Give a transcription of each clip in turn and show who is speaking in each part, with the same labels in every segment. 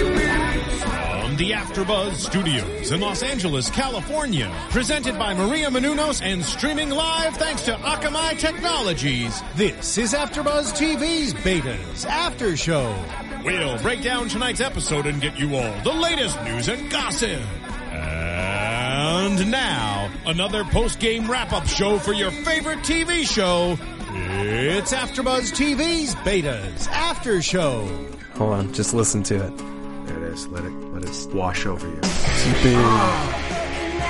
Speaker 1: From the AfterBuzz Studios in Los Angeles, California, presented by Maria Menounos and streaming live thanks to Akamai Technologies. This is AfterBuzz TV's Betas After Show. We'll break down tonight's episode and get you all the latest news and gossip. And now, another post-game wrap-up show for your favorite TV show. It's AfterBuzz TV's Betas After Show.
Speaker 2: Hold on, just listen to it.
Speaker 3: There it is. Let it let it wash over you.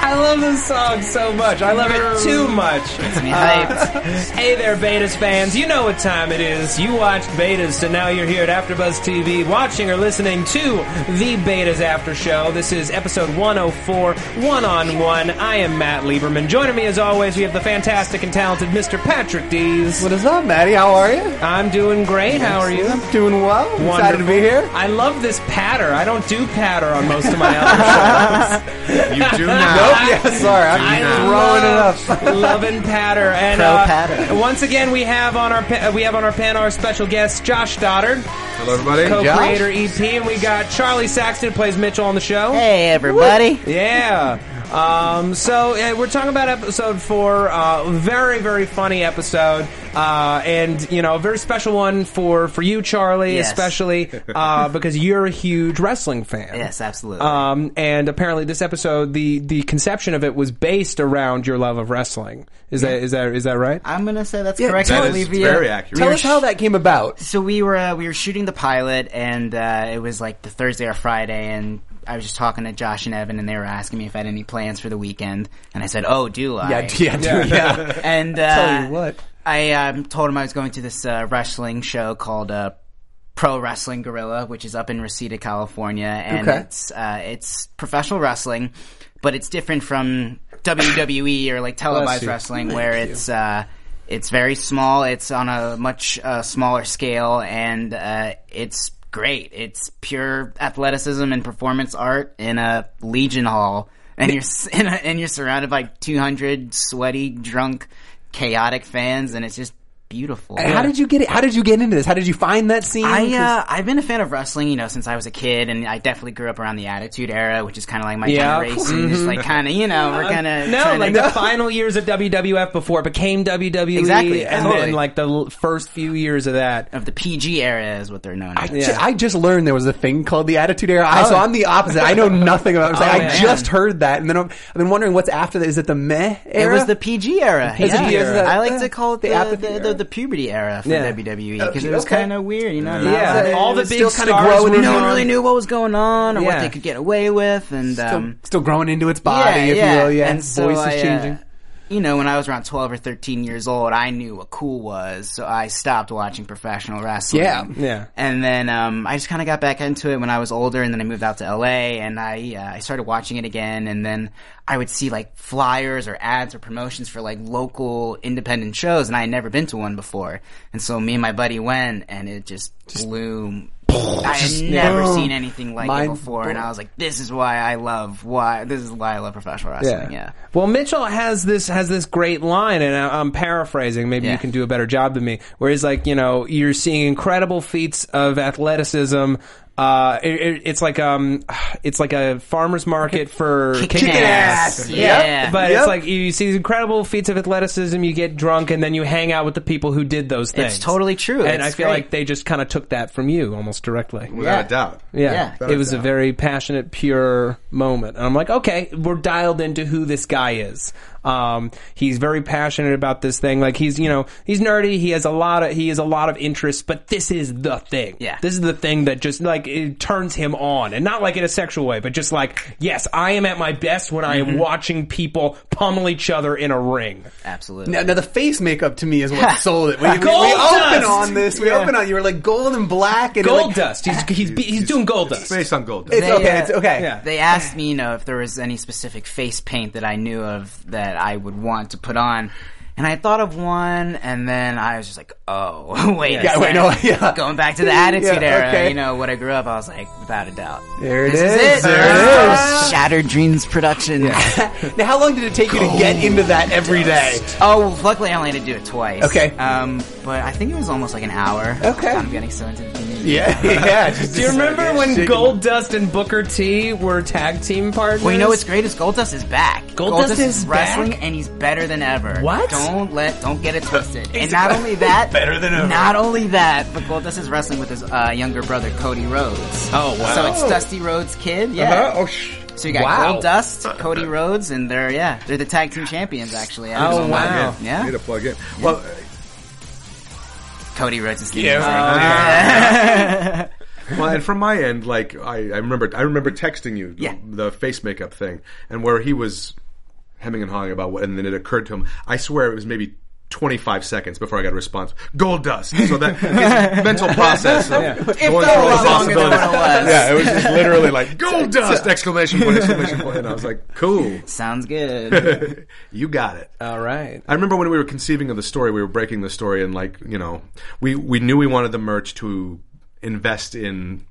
Speaker 2: I love this song so much. I love it too much. Uh, hey there, Betas fans. You know what time it is. You watched Betas, and now you're here at AfterBuzz TV, watching or listening to the Betas After Show. This is episode 104, one on one. I am Matt Lieberman. Joining me, as always, we have the fantastic and talented Mr. Patrick Dees.
Speaker 4: What is up, Maddie? How are you?
Speaker 2: I'm doing great. How are you?
Speaker 4: I'm doing well. Excited to
Speaker 2: Wonderful.
Speaker 4: be here.
Speaker 2: I love this patter. I don't do patter on most of my other shows.
Speaker 3: You do
Speaker 4: Nope.
Speaker 3: not.
Speaker 4: Yeah. Sorry,
Speaker 2: I
Speaker 4: I'm throwing it up.
Speaker 2: love loving patter and
Speaker 4: Pro
Speaker 2: uh,
Speaker 4: patter.
Speaker 2: Once again, we have on our pa- uh, we have on our panel our special guest Josh Doddard,
Speaker 3: Hello, everybody.
Speaker 2: co-creator EP, and we got Charlie Saxton who plays Mitchell on the show.
Speaker 5: Hey, everybody.
Speaker 2: Yeah. Um, so uh, we're talking about episode four. Uh, very, very funny episode, uh, and you know, a very special one for for you, Charlie,
Speaker 5: Yes.
Speaker 2: especially uh, because you're a huge wrestling fan.
Speaker 5: Yes, absolutely.
Speaker 2: Um, and apparently, this episode, the the conception of it was based around your love of wrestling. Is that is that is that right?
Speaker 5: I'm gonna say that's
Speaker 4: Yeah,
Speaker 5: correct.
Speaker 4: that
Speaker 5: I
Speaker 4: is
Speaker 5: believe you.
Speaker 3: very accurate.
Speaker 4: Tell us how that came about.
Speaker 5: So we were uh, we were shooting the pilot, and uh, it was like the Thursday or Friday, and I was just talking to Josh and Evan, and they were asking me if I had any plans for the weekend, and I said, "Oh, do I?"
Speaker 4: Yeah, yeah, dude, yeah.
Speaker 5: And uh,
Speaker 4: Tell you what.
Speaker 5: I um, told him I was going to this uh, wrestling show called uh, Pro Wrestling Gorilla, which is up in Reseda, California, and
Speaker 4: Okay.
Speaker 5: it's uh, it's professional wrestling, but it's different from WWE or like televised
Speaker 4: you.
Speaker 5: wrestling, where it's uh, it's very small. It's on a much uh, smaller scale, and uh, it's great. It's pure athleticism and performance art in a Legion Hall. And you're s- and, and you're surrounded by 200 sweaty, drunk, chaotic fans, and it's just beautiful.
Speaker 4: And how did you get it? How did you get into this? How did you find that scene?
Speaker 5: I uh, I've been a fan of wrestling, you know, since I was a kid, and I definitely grew up around the Attitude Era, which is kind of like my
Speaker 2: Yeah.
Speaker 5: generation.
Speaker 4: Mm-hmm.
Speaker 5: Just like kind of, you know, we're gonna
Speaker 2: No,
Speaker 5: trying
Speaker 2: like
Speaker 5: to-
Speaker 2: the final years of WWF before it became WWE,
Speaker 5: Exactly,
Speaker 2: and then
Speaker 5: totally.
Speaker 2: like the l- first few years of that.
Speaker 5: of the PG era is what they're known as.
Speaker 4: Ju- I just learned there was a thing called the Attitude Era.
Speaker 2: Oh.
Speaker 4: I, so I'm the opposite. I know nothing about. It. I, was like, I
Speaker 5: man.
Speaker 4: just heard that, and then I'm, I've been wondering what's after that. Is it the Meh
Speaker 5: It
Speaker 4: era?
Speaker 5: was the PG era.
Speaker 4: Is it
Speaker 5: yeah.
Speaker 4: the- is that-
Speaker 5: I like
Speaker 4: yeah.
Speaker 5: to call it
Speaker 4: The
Speaker 5: the
Speaker 4: apathy
Speaker 5: the, the,
Speaker 4: era.
Speaker 5: the puberty era for
Speaker 4: Yeah.
Speaker 5: WWE because it
Speaker 4: Okay.
Speaker 5: was
Speaker 4: Okay.
Speaker 5: kind of weird, you know.
Speaker 2: Yeah,
Speaker 5: not-
Speaker 2: all
Speaker 5: it
Speaker 2: the
Speaker 5: was
Speaker 2: big
Speaker 5: still
Speaker 2: stars
Speaker 5: kinda growing.
Speaker 2: were
Speaker 5: No one
Speaker 2: known.
Speaker 5: really knew what was going on or
Speaker 2: Yeah.
Speaker 5: what they could get away with, and um,
Speaker 4: still growing into its body, if you will. Yeah,
Speaker 5: And so
Speaker 4: voice
Speaker 5: I,
Speaker 4: is
Speaker 5: uh,
Speaker 4: changing.
Speaker 5: you know, when I was around 12 or 13 years old, I knew what cool was, so I stopped watching professional wrestling.
Speaker 4: Yeah.
Speaker 2: Yeah.
Speaker 5: And then um, I just kind of got back into it when I was older, and then I moved out to LA, and I uh, I started watching it again, and then I would see like flyers or ads or promotions for like local independent shows, and I had never been to one before, and so me and my buddy went, and it just, blew. I had never
Speaker 4: boom.
Speaker 5: seen anything like
Speaker 4: Mind
Speaker 5: it before, and I was like, "This is why I love why this is why I love professional wrestling." Yeah,
Speaker 2: Well, Mitchell has this has this great line, and I, I'm paraphrasing. Maybe
Speaker 5: Yeah.
Speaker 2: you can do a better job than me. Where he's like, you know, you're seeing incredible feats of athleticism. Uh, it, it- it's like um, it's like a farmer's market for
Speaker 5: Kicking
Speaker 2: kicking
Speaker 5: ass. Yeah.
Speaker 2: But it's
Speaker 4: Yep.
Speaker 2: like you see these incredible feats of athleticism. You get drunk, and then you hang out with the people who did those things.
Speaker 5: It's totally true.
Speaker 2: And
Speaker 5: It's
Speaker 2: I feel
Speaker 5: great.
Speaker 2: like they just kind of took that from you almost directly.
Speaker 3: Without
Speaker 5: Yeah.
Speaker 3: a doubt.
Speaker 2: Yeah,
Speaker 5: Yeah.
Speaker 2: it was a very passionate, pure moment, and I'm like, okay, we're dialed into who this guy is. Um, he's very passionate about this thing. Like he's, you know, he's nerdy. He has a lot of he has a lot of interests, but this is the thing.
Speaker 5: Yeah.
Speaker 2: this is the thing that just like it turns him on, and not like in a sexual way, but just like, yes, I am at my best when I
Speaker 5: Mm-hmm.
Speaker 2: am watching people pummel each other in a ring.
Speaker 5: absolutely.
Speaker 4: Now, now the face makeup to me is what sold it. We, we, we
Speaker 2: Gold
Speaker 4: open
Speaker 2: dust!
Speaker 4: on this. We open on you were like gold and black and
Speaker 2: Gold
Speaker 4: like,
Speaker 2: dust. He's he's he's, he's doing gold dust.
Speaker 3: It's based on gold.
Speaker 4: It's
Speaker 5: They,
Speaker 4: okay.
Speaker 5: uh,
Speaker 4: It's okay.
Speaker 2: Yeah.
Speaker 5: They asked me, you know, if there was any specific face paint that I knew of that I would want to put on. And I thought of one, and then I was just like, "Oh, wait, a
Speaker 4: Yeah, wait, no,
Speaker 5: second.
Speaker 4: yeah.
Speaker 5: Going back to the Attitude
Speaker 4: Yeah,
Speaker 5: Era,
Speaker 4: okay.
Speaker 5: you know, what I grew up, I was like, without a doubt,
Speaker 4: There it
Speaker 5: this
Speaker 4: is.
Speaker 5: it.
Speaker 4: There it is.
Speaker 5: Shattered Dreams production.
Speaker 4: Now, how long did it take you to get into that every day?
Speaker 5: Oh, luckily I only had to do it twice.
Speaker 4: Okay.
Speaker 5: Um, but I think it was almost like an hour.
Speaker 4: Okay.
Speaker 5: I'm getting so into the music.
Speaker 4: Yeah, yeah. just-
Speaker 2: Do you remember when
Speaker 4: Shaking.
Speaker 2: Gold Dust and Booker T were tag team partners?
Speaker 5: Well, you know what's great is Goldust is back.
Speaker 2: Goldust is
Speaker 5: wrestling,
Speaker 2: back?
Speaker 5: and he's better than ever.
Speaker 2: What?
Speaker 5: Don't let, don't get it twisted. and not only that, better than ever. Not only that, but Goldust is wrestling with his uh, younger brother Cody Rhodes.
Speaker 2: Oh, wow. Uh-huh.
Speaker 5: So it's Dusty Rhodes' kid. Yeah.
Speaker 3: Uh, oh, sh-
Speaker 5: So you got
Speaker 2: Wow.
Speaker 5: Gold Dust, Cody Rhodes, and they're yeah, they're the tag team champions actually.
Speaker 2: Oh, wow.
Speaker 3: I
Speaker 5: Yeah.
Speaker 3: need to plug in. Well,
Speaker 5: Cody Rhodes is the
Speaker 2: Uh-huh.
Speaker 3: well, and from my end, like I, I remember, I remember texting you
Speaker 5: Yeah.
Speaker 3: the face makeup thing, and where he was hemming and hawing about what, and then it occurred to him. I swear it was maybe. 25 seconds before I got a response. Gold dust. So that his mental process of going through all
Speaker 5: felt a lot longer than
Speaker 3: possibilities.
Speaker 5: what it was.
Speaker 3: Yeah, it was just literally like gold dust exclamation point exclamation point and I was like, "Cool.
Speaker 5: Sounds good.
Speaker 3: You got it."
Speaker 2: All right.
Speaker 3: I remember when we were conceiving of the story, we were breaking the story, and like you know, we we knew we wanted the merch to invest in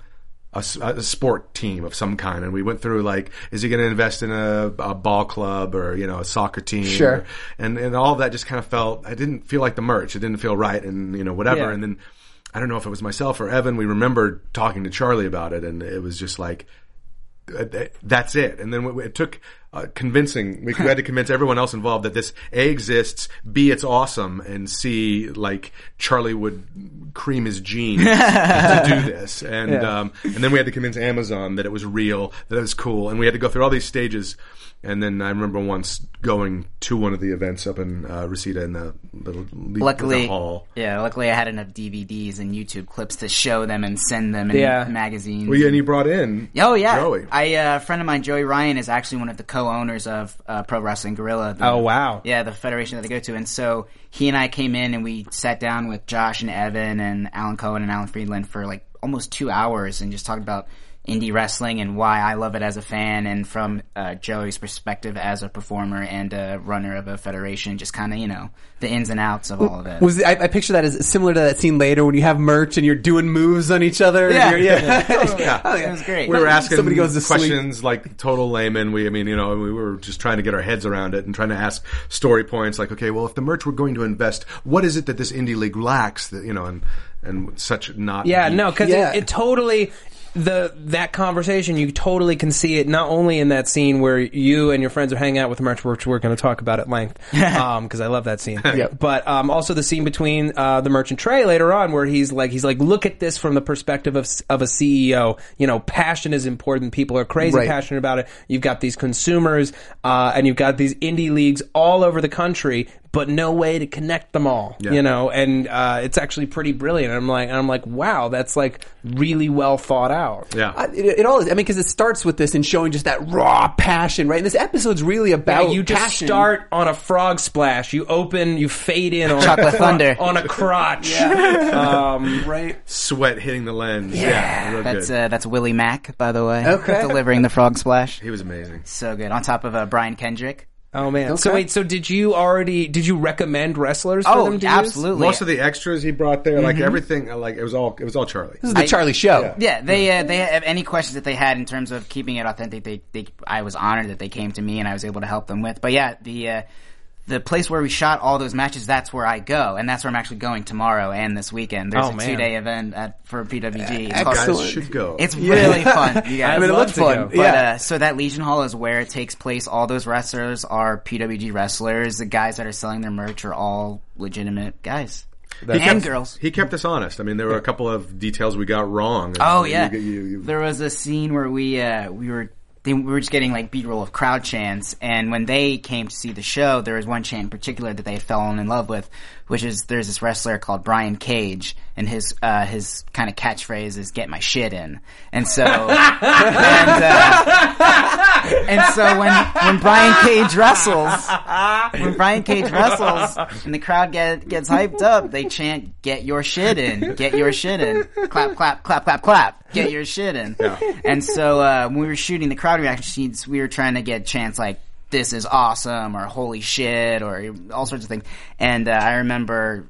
Speaker 3: a, s- a sport team of some kind, and we went through like, is he going to invest in a, a ball club or you know a soccer team?
Speaker 4: Sure.
Speaker 3: Or- and and all of that just kind of felt I didn't feel like the merch. It didn't feel right, and you know whatever.
Speaker 2: Yeah.
Speaker 3: And then I don't know if it was myself or Evan. We remembered talking to Charlie about it, and it was just like uh, th- that's it. And then w- w- it took uh, convincing. We had to convince everyone else involved that this A exists, B it's awesome, and C like Charlie would cream his jeans to do this. And um, and then we had to convince Amazon that it was real, that it was cool, and we had to go through all these stages. And then I remember once going to one of the events up in uh, Reseda in the little the
Speaker 5: luckily,
Speaker 3: hall.
Speaker 5: yeah, luckily I had enough DVDs and YouTube clips to show them and send them in
Speaker 2: Yeah.
Speaker 5: magazines.
Speaker 3: Well, yeah, and you brought in
Speaker 5: Oh yeah,
Speaker 3: Joey.
Speaker 5: I uh, a friend of mine, Joey Ryan, is actually one of the co-owners of uh, Pro Wrestling Gorilla. the-
Speaker 2: Oh, wow.
Speaker 5: Yeah, the federation that they go to, and so he and I came in and we sat down with Josh and Evan and Alan Cohen and Alan Friedland for like almost two hours and just talked about indie wrestling and why I love it as a fan and from uh, Joey's perspective as a performer and a runner of a federation, just kind of you know the ins and outs of all of it.
Speaker 4: Was I, I picture that as similar to that scene later when you have merch and you're doing moves on each other? and
Speaker 5: Yeah.
Speaker 4: you're- yeah.
Speaker 3: Yeah.
Speaker 4: Oh, yeah.
Speaker 5: It was great.
Speaker 3: we were asking
Speaker 4: Somebody goes to sleep.
Speaker 3: questions like total layman. We, I mean, you know, we were just trying to get our heads around it and trying to ask story points like, okay, well, if the merch we're going to invest, what is it that this indie league lacks that you know, and and such not.
Speaker 2: Yeah, no, because
Speaker 4: Yeah.
Speaker 2: it, it totally the that conversation you totally can see it not only in that scene where you and your friends are hanging out with merch, which we're going to talk about at length, because I love that scene. But um, also the scene between uh, the merchant Trey later on, where he's like, he's like, look at this from the perspective of s- of a CEO. You know, passion is important. People are crazy
Speaker 4: Right.
Speaker 2: passionate about it. You've got these consumers, uh, and you've got these indie leagues all over the country, but no way to connect them all. You know, and uh, it's actually pretty brilliant. I'm like, I'm like, wow, that's like really well thought out.
Speaker 3: yeah.
Speaker 4: I- It, it all is. I mean, because it starts with this and showing just that raw passion, right? And this episode's really about
Speaker 2: you just
Speaker 4: passion.
Speaker 2: start on a frog splash. You open, you fade in on
Speaker 5: Chocolate
Speaker 2: a,
Speaker 5: thunder.
Speaker 2: on a crotch. Um,
Speaker 4: right.
Speaker 3: Sweat hitting the lens. Yeah, real
Speaker 5: that's
Speaker 3: good.
Speaker 5: uh, that's Willie Mack, by the way,
Speaker 4: Okay.
Speaker 5: delivering the frog splash.
Speaker 3: he was amazing.
Speaker 5: So good. On top of uh, Brian Kendrick.
Speaker 2: oh man. So wait. So did you already? Did you recommend wrestlers? for
Speaker 5: Oh,
Speaker 2: them to use?
Speaker 5: absolutely.
Speaker 3: Most of the extras he brought there, like everything, uh, like it was all it was all Charlie.
Speaker 4: This is the Charlie Show.
Speaker 5: Yeah, they uh, they have any questions that they had in terms of keeping it authentic. They, they I was honored that they came to me and I was able to help them with. But yeah, the uh, the place where we shot all those matches, that's where I go, and that's where I'm actually going tomorrow and this weekend. There's
Speaker 2: Oh,
Speaker 5: a
Speaker 2: man.
Speaker 5: two day event at, for PWG. It's, called-
Speaker 3: Guys
Speaker 4: Excellent.
Speaker 3: should go.
Speaker 5: it's really fun. You
Speaker 4: I
Speaker 5: guys,
Speaker 4: mean, it
Speaker 2: love
Speaker 4: looked
Speaker 2: to go.
Speaker 4: fun.
Speaker 2: But,
Speaker 5: But
Speaker 4: Yeah.
Speaker 5: uh, so that Legion Hall is where it takes place. All those wrestlers are PWG wrestlers. The guys that are selling their merch are all legitimate guys and girls.
Speaker 3: He kept us honest. I mean, there were a couple of details we got wrong.
Speaker 5: Oh
Speaker 3: You-
Speaker 5: yeah,
Speaker 3: you- you- you-
Speaker 5: there was a scene where we uh, we were they, we were just getting like beat roll of crowd chants, and when they came to see the show, there was one chant in particular that they had fallen in love with, which is there's this wrestler called Brian Cage, and his uh, his kind of catchphrase is "Get my shit in," and so and, uh, and so when when Brian Cage wrestles, when Brian Cage wrestles and the crowd get, gets hyped up, they chant, "Get your shit in, get your shit in, clap, clap, clap, clap, clap, get your shit in." And so uh, when we were shooting the crowd reaction scenes, we were trying to get chants like this is awesome or holy shit or all sorts of things. And uh, I remember.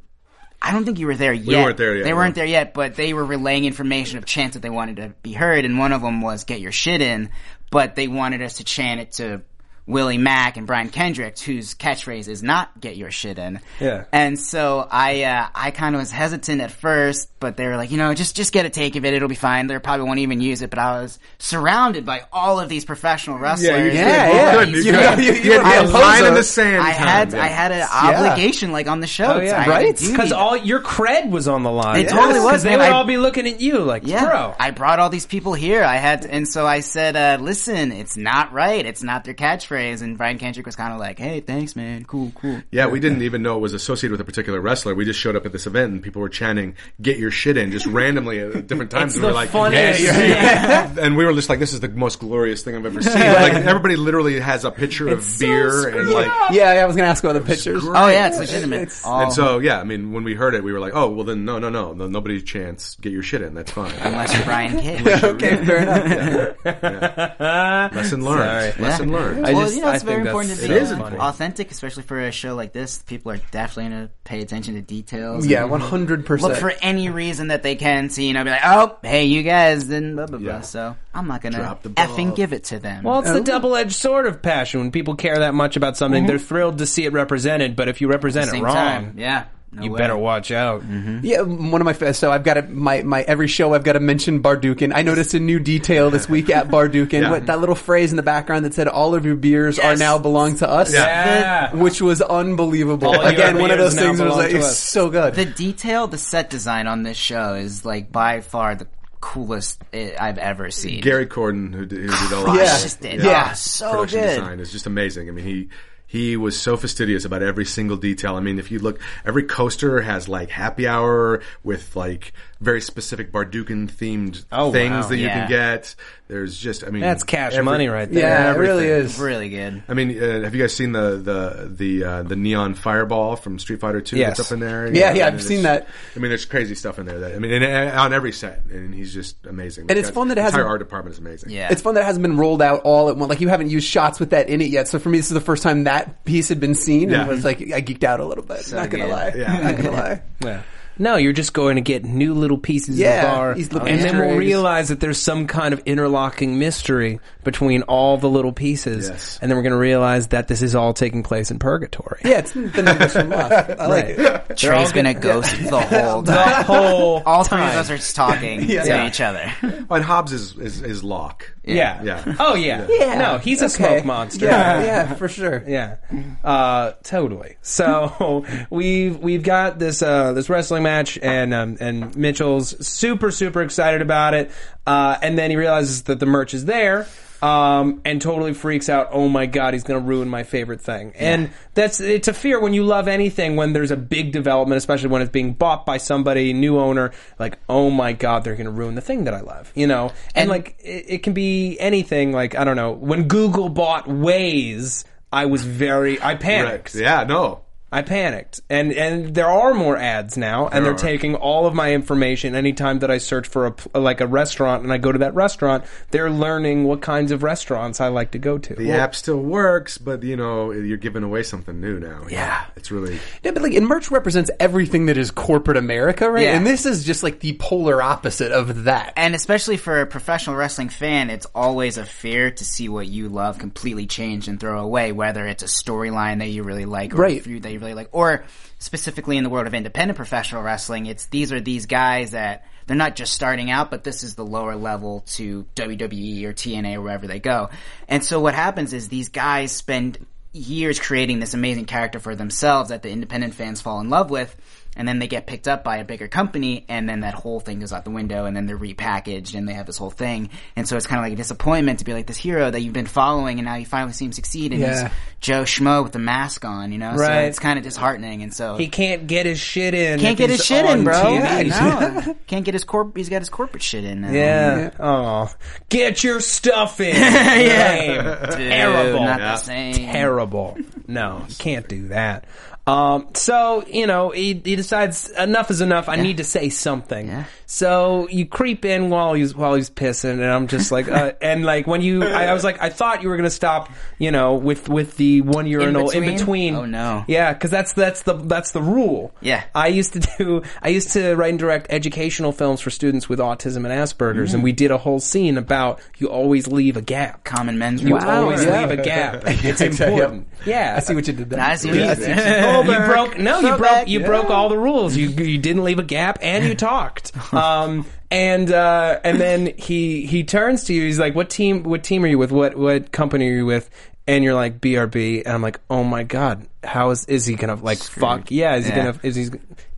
Speaker 5: I don't think you were there yet.
Speaker 3: weren't there yet,
Speaker 5: They
Speaker 3: no.
Speaker 5: weren't there yet, but they were relaying information of chants that they wanted to be heard, and one of them was "Get your shit in," but they wanted us to chant it to Willie Mack and Brian Kendrick, whose catchphrase is not "Get your shit in."
Speaker 4: Yeah.
Speaker 5: And so I, uh, I kind of was hesitant at first, but they were like, you know, just just get a take of it; it'll be fine. They probably won't even use it. But I was surrounded by all of these professional wrestlers.
Speaker 3: you
Speaker 4: Yeah, yeah.
Speaker 3: Good, you
Speaker 4: You
Speaker 3: could.
Speaker 4: know, you-
Speaker 3: You
Speaker 4: you
Speaker 3: had
Speaker 4: were
Speaker 3: a
Speaker 4: a
Speaker 3: line
Speaker 4: poser.
Speaker 3: in the sand.
Speaker 5: I
Speaker 3: time,
Speaker 5: had
Speaker 3: yeah.
Speaker 5: I had an obligation like on the show,
Speaker 2: Oh, yeah.
Speaker 5: I had a
Speaker 4: Right?
Speaker 5: duty.
Speaker 2: Because all your cred was on the line.
Speaker 5: It totally was,
Speaker 2: 'Cause They
Speaker 5: man.
Speaker 2: would
Speaker 5: I-
Speaker 2: all be looking at you like,
Speaker 5: Yeah,
Speaker 2: bro.
Speaker 5: I brought all these people here. I had, and so I said, uh, "Listen, it's not right. It's not their catchphrase." And Brian Kendrick was kind of like, "Hey, thanks, man. Cool, cool."
Speaker 3: Yeah, we didn't even know it was associated with a particular wrestler. We just showed up at this event and people were chanting "Get your shit in" just randomly at different times. and we
Speaker 2: the
Speaker 3: were like,
Speaker 2: funniest
Speaker 3: "Yes." and we were just like, "This is the most glorious thing I've ever seen." Like everybody literally has a picture
Speaker 2: It's
Speaker 3: of
Speaker 2: so
Speaker 3: beer and
Speaker 2: screwed
Speaker 3: like.
Speaker 2: up.
Speaker 4: Yeah, yeah, I was gonna ask about the pictures.
Speaker 3: great.
Speaker 5: Oh yeah, it's legitimate. Oh, All-
Speaker 3: And so, yeah, I mean, when we heard it, we were like, "Oh, well, then, no, no, no, no nobody chants. Get your shit in. That's fine."
Speaker 5: unless you're Brian Kidd.
Speaker 4: Okay, fair enough.
Speaker 3: Lesson learned.
Speaker 2: Sorry.
Speaker 3: Lesson learned.
Speaker 4: I
Speaker 5: well,
Speaker 4: just-
Speaker 5: you know,
Speaker 4: I
Speaker 5: it's very
Speaker 4: think
Speaker 5: important to
Speaker 4: that's
Speaker 5: be
Speaker 3: so funny.
Speaker 5: authentic, especially for a show like this. People are definitely going to pay attention to details.
Speaker 4: Yeah,
Speaker 5: and
Speaker 4: one hundred
Speaker 5: Look for
Speaker 4: percent.
Speaker 5: any reason that they can to, you know, be like, oh, hey, you guys, then blah, blah, blah.
Speaker 3: Yeah.
Speaker 5: So I'm not going
Speaker 3: Drop the
Speaker 5: to
Speaker 3: ball.
Speaker 5: effing give it to them.
Speaker 2: Well, it's the double-edged sword of passion. When people care that much about something, they're thrilled to see it represented. But if you represent it
Speaker 5: Mm-hmm. same
Speaker 2: wrong,
Speaker 5: time. Yeah. Mm-hmm. No
Speaker 2: you
Speaker 5: way.
Speaker 2: better watch out.
Speaker 4: Yeah, one of my fa- so I've got to, my my every show I've got to mention Bardukin. I noticed a new detail this week at Bardukin.
Speaker 3: Yeah.
Speaker 4: What that little phrase in the background that said "All of your beers are now belong to us."
Speaker 2: Yeah.
Speaker 4: Which was unbelievable.
Speaker 2: All your
Speaker 4: Again, one of
Speaker 2: beers
Speaker 4: those
Speaker 2: now
Speaker 4: things that was
Speaker 2: belong
Speaker 4: like
Speaker 2: to
Speaker 4: it's
Speaker 2: us.
Speaker 4: so good.
Speaker 5: The detail, the set design on this show is like by far the coolest i- I've ever seen.
Speaker 3: Gary Corden, who did, who did all
Speaker 4: Yeah.
Speaker 5: Just it.
Speaker 4: Yeah.
Speaker 5: Ah, so
Speaker 3: production
Speaker 5: good.
Speaker 3: design is just amazing. I mean, he he was so fastidious about every single detail. I mean, if you look, every coaster has like happy hour with like very specific Bardukan themed
Speaker 2: Oh,
Speaker 3: things
Speaker 2: wow.
Speaker 3: that you
Speaker 5: Yeah.
Speaker 3: can get. There's just, I mean,
Speaker 2: That's cash money right there.
Speaker 4: yeah, it really
Speaker 3: everything.
Speaker 4: is.
Speaker 5: Really good.
Speaker 3: I mean, uh, have you guys seen the the the uh, the neon fireball from Street Fighter Two?
Speaker 2: Yes.
Speaker 3: That's up in there.
Speaker 4: Yeah, yeah,
Speaker 3: I
Speaker 4: I've
Speaker 3: mean,
Speaker 4: seen
Speaker 3: there's-
Speaker 4: that.
Speaker 3: I mean, there's crazy stuff in there. That I mean, and, and on every set, and he's just amazing.
Speaker 4: And it's
Speaker 3: That
Speaker 4: fun that it
Speaker 3: entire
Speaker 4: hasn't-
Speaker 3: art department is amazing.
Speaker 5: Yeah.
Speaker 4: It's fun that it hasn't been rolled out all at once. Like you haven't used shots with that in it yet. So for me, this is the first time that piece had been seen,
Speaker 3: Yeah.
Speaker 4: and it was like I geeked out a little bit. not gonna
Speaker 5: good.
Speaker 4: lie.
Speaker 3: Yeah.
Speaker 4: Not gonna lie.
Speaker 2: Yeah. No, you're just going to get new little pieces
Speaker 4: Yeah,
Speaker 2: of the bar,
Speaker 4: these little
Speaker 2: and then
Speaker 4: Easter
Speaker 2: we'll
Speaker 4: eggs.
Speaker 2: realize that there's some kind of interlocking mystery between all the little pieces,
Speaker 3: Yes.
Speaker 2: and then we're going to realize that this is all taking place in purgatory.
Speaker 4: Yeah, it's the numbers from left. I like it.
Speaker 5: Trey's gonna ghost the whole
Speaker 2: The
Speaker 5: time.
Speaker 2: whole
Speaker 5: All three
Speaker 2: time.
Speaker 5: of us are just talking to
Speaker 4: Yeah.
Speaker 5: each other.
Speaker 3: Oh, and Hobbs is is, is Locke.
Speaker 2: Yeah.
Speaker 3: Yeah.
Speaker 2: Oh yeah. No, he's a
Speaker 4: Okay.
Speaker 2: smoke monster.
Speaker 4: Yeah, yeah, for sure.
Speaker 2: Yeah, uh, totally. So we've we've got this uh, this wrestling match, and um, and Mitchell's super super excited about it, uh, and then he realizes that the merch is there, um, and totally freaks out. Oh my god, he's gonna ruin my favorite thing, and that's it's a fear when you love anything when there's a big development, especially when it's being bought by somebody new owner. Like oh my god, they're gonna ruin the thing that I love, you know, and, like it, it can be anything. Like I don't know when Google bought Waze. I was very I panicked.
Speaker 3: Right. Yeah. No.
Speaker 2: I panicked. And and there are more ads now and they're
Speaker 3: There are.
Speaker 2: taking all of my information anytime that I search for a pl- like a restaurant and I go to that restaurant, they're learning what kinds of restaurants I like to go to.
Speaker 3: The app still works, but you know you're giving away something new now. Yeah, it's really
Speaker 4: Yeah, but like, and merch represents everything that is corporate America, right?
Speaker 5: Yeah.
Speaker 4: And this is just like the polar opposite of that.
Speaker 5: And especially for a professional wrestling fan, it's always a fear to see what you love completely change and throw away, whether it's a storyline that you really like or a
Speaker 4: Right.
Speaker 5: feud that you really like, or specifically in the world of independent professional wrestling, it's these are these guys that they're not just starting out, but this is the lower level to WWE or TNA or wherever they go. And so what happens is these guys spend years creating this amazing character for themselves that the independent fans fall in love with and then they get picked up by a bigger company and then that whole thing goes out the window and then they're repackaged and they have this whole thing and so it's kind of like a disappointment to be like this hero that you've been following and now you finally see him succeed and
Speaker 4: Yeah.
Speaker 5: he's Joe Schmo with the mask on you know so
Speaker 2: Right.
Speaker 5: it's kind of disheartening and so
Speaker 2: He can't get his shit in.
Speaker 5: can't
Speaker 2: if
Speaker 5: get
Speaker 2: he's
Speaker 5: his shit
Speaker 2: on
Speaker 5: in bro
Speaker 2: TV.
Speaker 5: Yeah, no. can't get his corp he's got his corporate shit in now.
Speaker 2: Yeah. Oh, get your stuff in. yeah.
Speaker 5: Dude,
Speaker 2: Terrible.
Speaker 5: not the same
Speaker 2: terrible. No, you can't do that. Um, so you know he, he decides enough is enough. I need to say something.
Speaker 5: Yeah.
Speaker 2: So you creep in while he's while he's pissing, and I'm just like, uh, and like when you, I, I was like, I thought you were gonna stop, you know, with with the one urinal in between.
Speaker 5: between? Oh, no.
Speaker 2: Yeah, because that's that's the that's the rule.
Speaker 5: Yeah.
Speaker 2: I used to do. I used to write and direct educational films for students with autism and Asperger's,
Speaker 5: Mm-hmm.
Speaker 2: and we did a whole scene about you always leave a gap.
Speaker 5: Common men's
Speaker 2: You
Speaker 5: rule.
Speaker 2: always
Speaker 4: yeah.
Speaker 2: leave a gap. It's
Speaker 4: Exactly.
Speaker 2: important. Yeah,
Speaker 4: I see what you did there.
Speaker 5: I see what you did there.
Speaker 2: you broke no, you broke
Speaker 5: Throwback.
Speaker 2: you broke all the rules. You you didn't leave a gap, and you talked. Um, and uh, and then he he turns to you. He's like, "What team? What team are you with? What what company are you with?" And you're like, "BRB." And I'm like, "Oh my god, how is is he gonna like fuck? Yeah, is he
Speaker 5: Yeah.
Speaker 2: gonna is he?"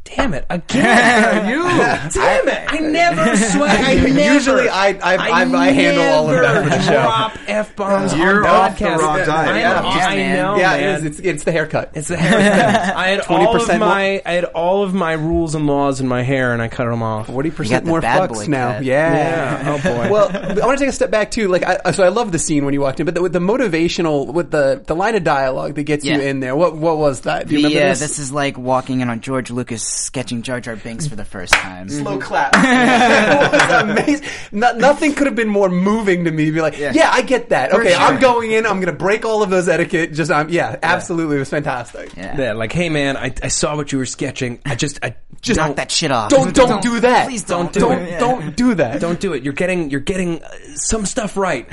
Speaker 2: Damn it again! you damn it! I never swear. I never,
Speaker 4: Usually I- I- I- I handle all of that for the show.
Speaker 2: Drop f bombs.
Speaker 3: You're
Speaker 2: on
Speaker 3: off the
Speaker 2: podcast.
Speaker 3: wrong diet.
Speaker 2: I'm
Speaker 3: Yeah.
Speaker 2: off- I
Speaker 5: Yeah,
Speaker 2: know.
Speaker 4: yeah,
Speaker 2: Oh, man.
Speaker 4: it is. It's, it's the haircut.
Speaker 2: It's the hair. I had all of
Speaker 4: 20% more-
Speaker 2: my I had all of my rules and laws in my hair, and I cut them off.
Speaker 4: Forty
Speaker 5: You
Speaker 4: percent
Speaker 5: got the
Speaker 4: more
Speaker 5: bad
Speaker 4: fucks
Speaker 5: boy
Speaker 4: now.
Speaker 5: cut.
Speaker 4: Yeah.
Speaker 2: Yeah. Oh, boy.
Speaker 4: well, I want to take a step back too. Like, I, so I love the scene when you walked in, but the, with the motivational, with the the line of dialogue that gets
Speaker 5: Yeah.
Speaker 4: you in there. What what was that? Do you
Speaker 5: The,
Speaker 4: remember
Speaker 5: uh,
Speaker 4: this?
Speaker 5: this is like walking in on George Lucas sketching Jar Jar Binks for the first time.
Speaker 4: slow clap. it was amazing. No, nothing could have been more moving to me. Be like, yeah, I get that. Okay, I'm going in. I'm going to break all of those etiquette. Just, um, yeah, absolutely. It was fantastic.
Speaker 5: Yeah.
Speaker 2: yeah, like, hey man, I, I saw what you were sketching. I just I
Speaker 5: Just knock
Speaker 2: don't,
Speaker 5: that shit off.
Speaker 4: Don't, don't do that.
Speaker 5: Please don't do
Speaker 4: don't,
Speaker 5: it. Yeah.
Speaker 4: Don't do that.
Speaker 2: Don't do it. You're getting you're getting uh, some stuff right.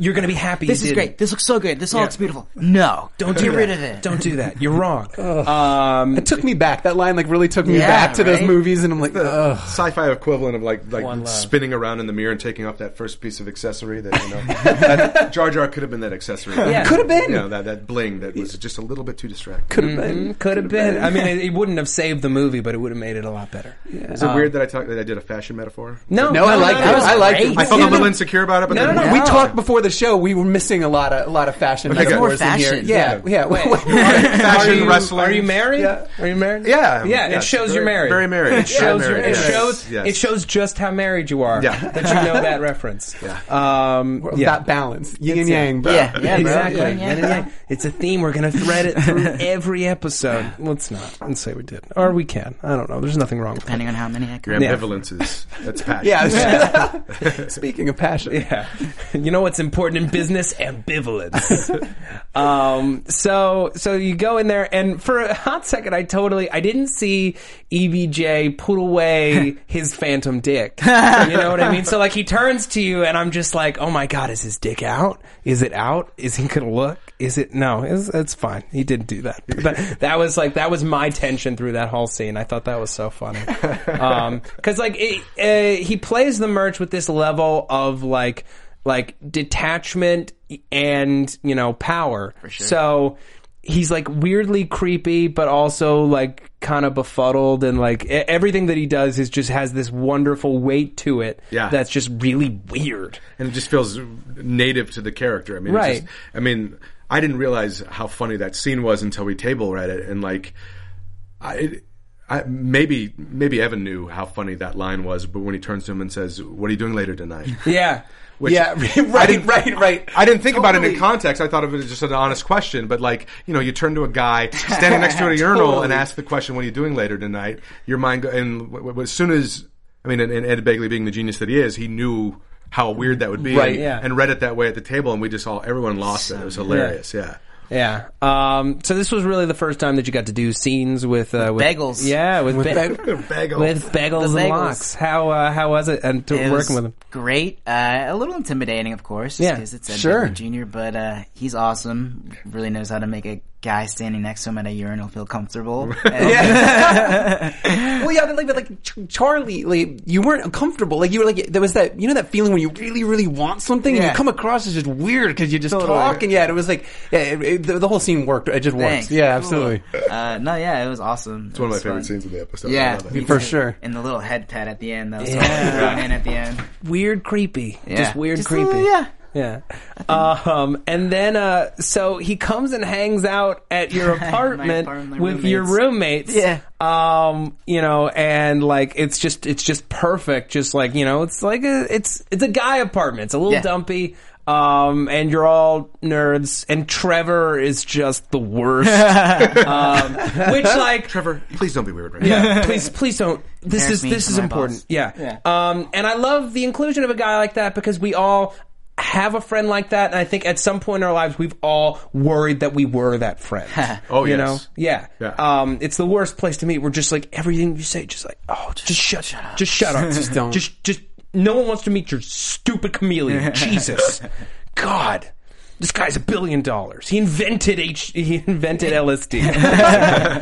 Speaker 2: You're gonna be happy.
Speaker 5: This
Speaker 2: you
Speaker 5: is
Speaker 2: did it.
Speaker 5: great. This looks so good. This all looks beautiful. No, don't
Speaker 2: do
Speaker 5: get
Speaker 2: that.
Speaker 5: rid of it.
Speaker 2: Don't do that. You're wrong. um,
Speaker 4: It took me back. That line like really took me
Speaker 5: Yeah,
Speaker 4: back to those
Speaker 5: right?
Speaker 4: movies, and I'm like, ugh.
Speaker 3: sci-fi equivalent of like
Speaker 2: One
Speaker 3: like
Speaker 2: love.
Speaker 3: spinning around in the mirror and taking off that first piece of accessory that you know that Jar Jar could have been that accessory.
Speaker 2: Yeah.
Speaker 4: Could have been.
Speaker 3: You know, that that bling that was just a little bit too distracting.
Speaker 4: Could have been.
Speaker 2: could have mm-hmm. been. I mean, it, it wouldn't have saved the movie, but it would have made it a lot better.
Speaker 3: Is it weird that I talked that I did a fashion metaphor?
Speaker 2: No,
Speaker 4: No, I like
Speaker 2: no,
Speaker 4: it.
Speaker 2: that was
Speaker 4: I like it.
Speaker 2: great.
Speaker 3: I felt
Speaker 4: Yeah,
Speaker 3: a little
Speaker 4: no.
Speaker 3: insecure about it, but
Speaker 2: No,
Speaker 3: then
Speaker 2: no, no.
Speaker 4: We
Speaker 2: Oh.
Speaker 4: talked before the show. We were missing a lot of a lot of fashion.
Speaker 3: Okay, good.
Speaker 4: metaphors
Speaker 5: More
Speaker 4: in here.
Speaker 5: fashion.
Speaker 4: Yeah, yeah.
Speaker 2: Are
Speaker 3: fashion
Speaker 2: you,
Speaker 3: wrestling.
Speaker 2: Are you married?
Speaker 4: Yeah.
Speaker 2: Are you married?
Speaker 3: Yeah,
Speaker 2: Yeah.
Speaker 3: yes,
Speaker 2: it shows
Speaker 3: very-
Speaker 2: you're married.
Speaker 3: very married.
Speaker 2: It shows.
Speaker 3: Very
Speaker 2: you're-
Speaker 3: married,
Speaker 2: It
Speaker 3: yes,
Speaker 2: shows.
Speaker 3: yes.
Speaker 2: It shows just how married you are.
Speaker 3: Yeah.
Speaker 2: That you know that reference. Yeah. Um.
Speaker 4: We're
Speaker 2: yeah.
Speaker 4: About balance, yin and yang, bro.
Speaker 5: Yeah, yeah, bro.
Speaker 2: exactly.
Speaker 5: Yeah, yeah.
Speaker 2: Yin and yang. It's a theme. We're gonna thread it through every episode. Let's not. Let's say we did, or we can. I don't know. There's nothing wrong. with it.
Speaker 5: Depending on how many I
Speaker 3: Your
Speaker 5: can.
Speaker 3: ambivalence is that's passion.
Speaker 4: Yeah. Speaking of passion,
Speaker 2: Yeah. You know what's important in business? Ambivalence. um, so, so you go in there and for a hot second, I totally, I didn't see EVJ put away his phantom dick. You know what I mean? So like he turns to you and I'm just like, oh my God, is his dick out? Is it out? Is he going to look? Is it? No, it's, it's fine. He didn't do that. But that was like, that was my tension through that whole scene. I thought that was so funny. Um 'cause cause like it, uh, he plays the merch with this level of like, like detachment and, you know, power. So he's like weirdly creepy, but also like kind of befuddled and like e- everything that he does is just has this wonderful weight to it.
Speaker 3: Yeah.
Speaker 2: That's just really weird.
Speaker 3: and it just feels native to the character. I mean, it's
Speaker 2: Right.
Speaker 3: just- I mean, I didn't realize how funny that scene was until we table read it, and like, I. I, maybe maybe Evan knew how funny that line was, but when he turns to him and says, "What are you doing later tonight?"
Speaker 2: Yeah.
Speaker 3: Which
Speaker 4: yeah, right, right, right.
Speaker 3: I didn't think about it in
Speaker 4: Totally.
Speaker 3: context. I thought of it as just an honest question. But like, you know, you turn to a guy standing next to a urinal and ask the question, "What are you doing later tonight?" Your mind, go- and w- w- as soon as I mean, and, and Ed Begley being the genius that he is, he knew how weird that would be,
Speaker 4: Right,
Speaker 3: and,
Speaker 2: yeah.
Speaker 3: and read it that way at the table, and we just all everyone lost it. It was hilarious. Yeah.
Speaker 2: Yeah. Um, so this was really the first time that you got to do scenes with, uh, with
Speaker 5: bagels.
Speaker 2: Yeah. With, ba-
Speaker 3: Bagel.
Speaker 2: with bagels
Speaker 5: The
Speaker 2: and
Speaker 5: bagels.
Speaker 2: locks. How, uh, how was it? And to
Speaker 5: It
Speaker 2: working
Speaker 5: was
Speaker 2: with him.
Speaker 5: Great. Uh, a little intimidating, of course,
Speaker 2: Yeah,
Speaker 5: because it's Ed
Speaker 4: sure.
Speaker 5: Begley Jr., but uh, he's awesome. Really knows how to make a guy standing next to him at a urinal feel comfortable. And-
Speaker 4: Well, yeah, but like, but like Ch- Charlie, like you weren't uncomfortable. Like you were like there was that you know that feeling when you really, really want something and
Speaker 5: Yeah.
Speaker 4: you come across as just weird because you just talk and yeah, it was like yeah, it, it- the, the whole scene worked. It just
Speaker 5: Thanks.
Speaker 4: works. Yeah,
Speaker 5: Cool.
Speaker 4: absolutely.
Speaker 5: Uh, no, yeah, it was awesome. It's
Speaker 3: One of my favorite scenes of the episode. I
Speaker 5: Yeah,
Speaker 3: love it.
Speaker 5: me
Speaker 4: For
Speaker 5: too.
Speaker 4: sure.
Speaker 5: And the little head pat at the end. That was
Speaker 2: Yeah.
Speaker 5: yeah. thrown in at the end.
Speaker 2: Weird, creepy.
Speaker 5: Yeah.
Speaker 2: Just weird,
Speaker 5: Just a
Speaker 2: creepy.
Speaker 5: little- yeah.
Speaker 2: Yeah. Um, and then, uh, so he comes and hangs out at your
Speaker 5: My
Speaker 2: apartment
Speaker 5: apartment
Speaker 2: with your roommates.
Speaker 5: Yeah.
Speaker 2: Um, you know, and like, it's just, it's just perfect. Just like, you know, it's like a, it's, it's a guy apartment. It's a little
Speaker 5: Yeah.
Speaker 2: dumpy. Um, and you're all nerds, and Trevor is just the worst. um, which, like,
Speaker 3: Trevor, please don't be weird right now.
Speaker 2: yeah, please, please don't. This
Speaker 5: Embarrass
Speaker 2: is
Speaker 5: me
Speaker 2: this
Speaker 5: for
Speaker 2: is
Speaker 5: my
Speaker 2: important.
Speaker 5: boss.
Speaker 2: Yeah. Um, and I love the inclusion of a guy like that because we all have a friend like that, and I think at some point in our lives we've all worried that we were that friend.
Speaker 3: Oh,
Speaker 2: you
Speaker 3: yes.
Speaker 2: know, yeah.
Speaker 3: Yeah.
Speaker 2: Um, it's the worst place to meet. We're just like everything you say, just like oh, just, shut, shut up, just shut up, just
Speaker 4: don't.
Speaker 2: just just. No one wants to meet your stupid chameleon. Jesus, God. This guy's a billion dollars. He invented H. He invented LSD.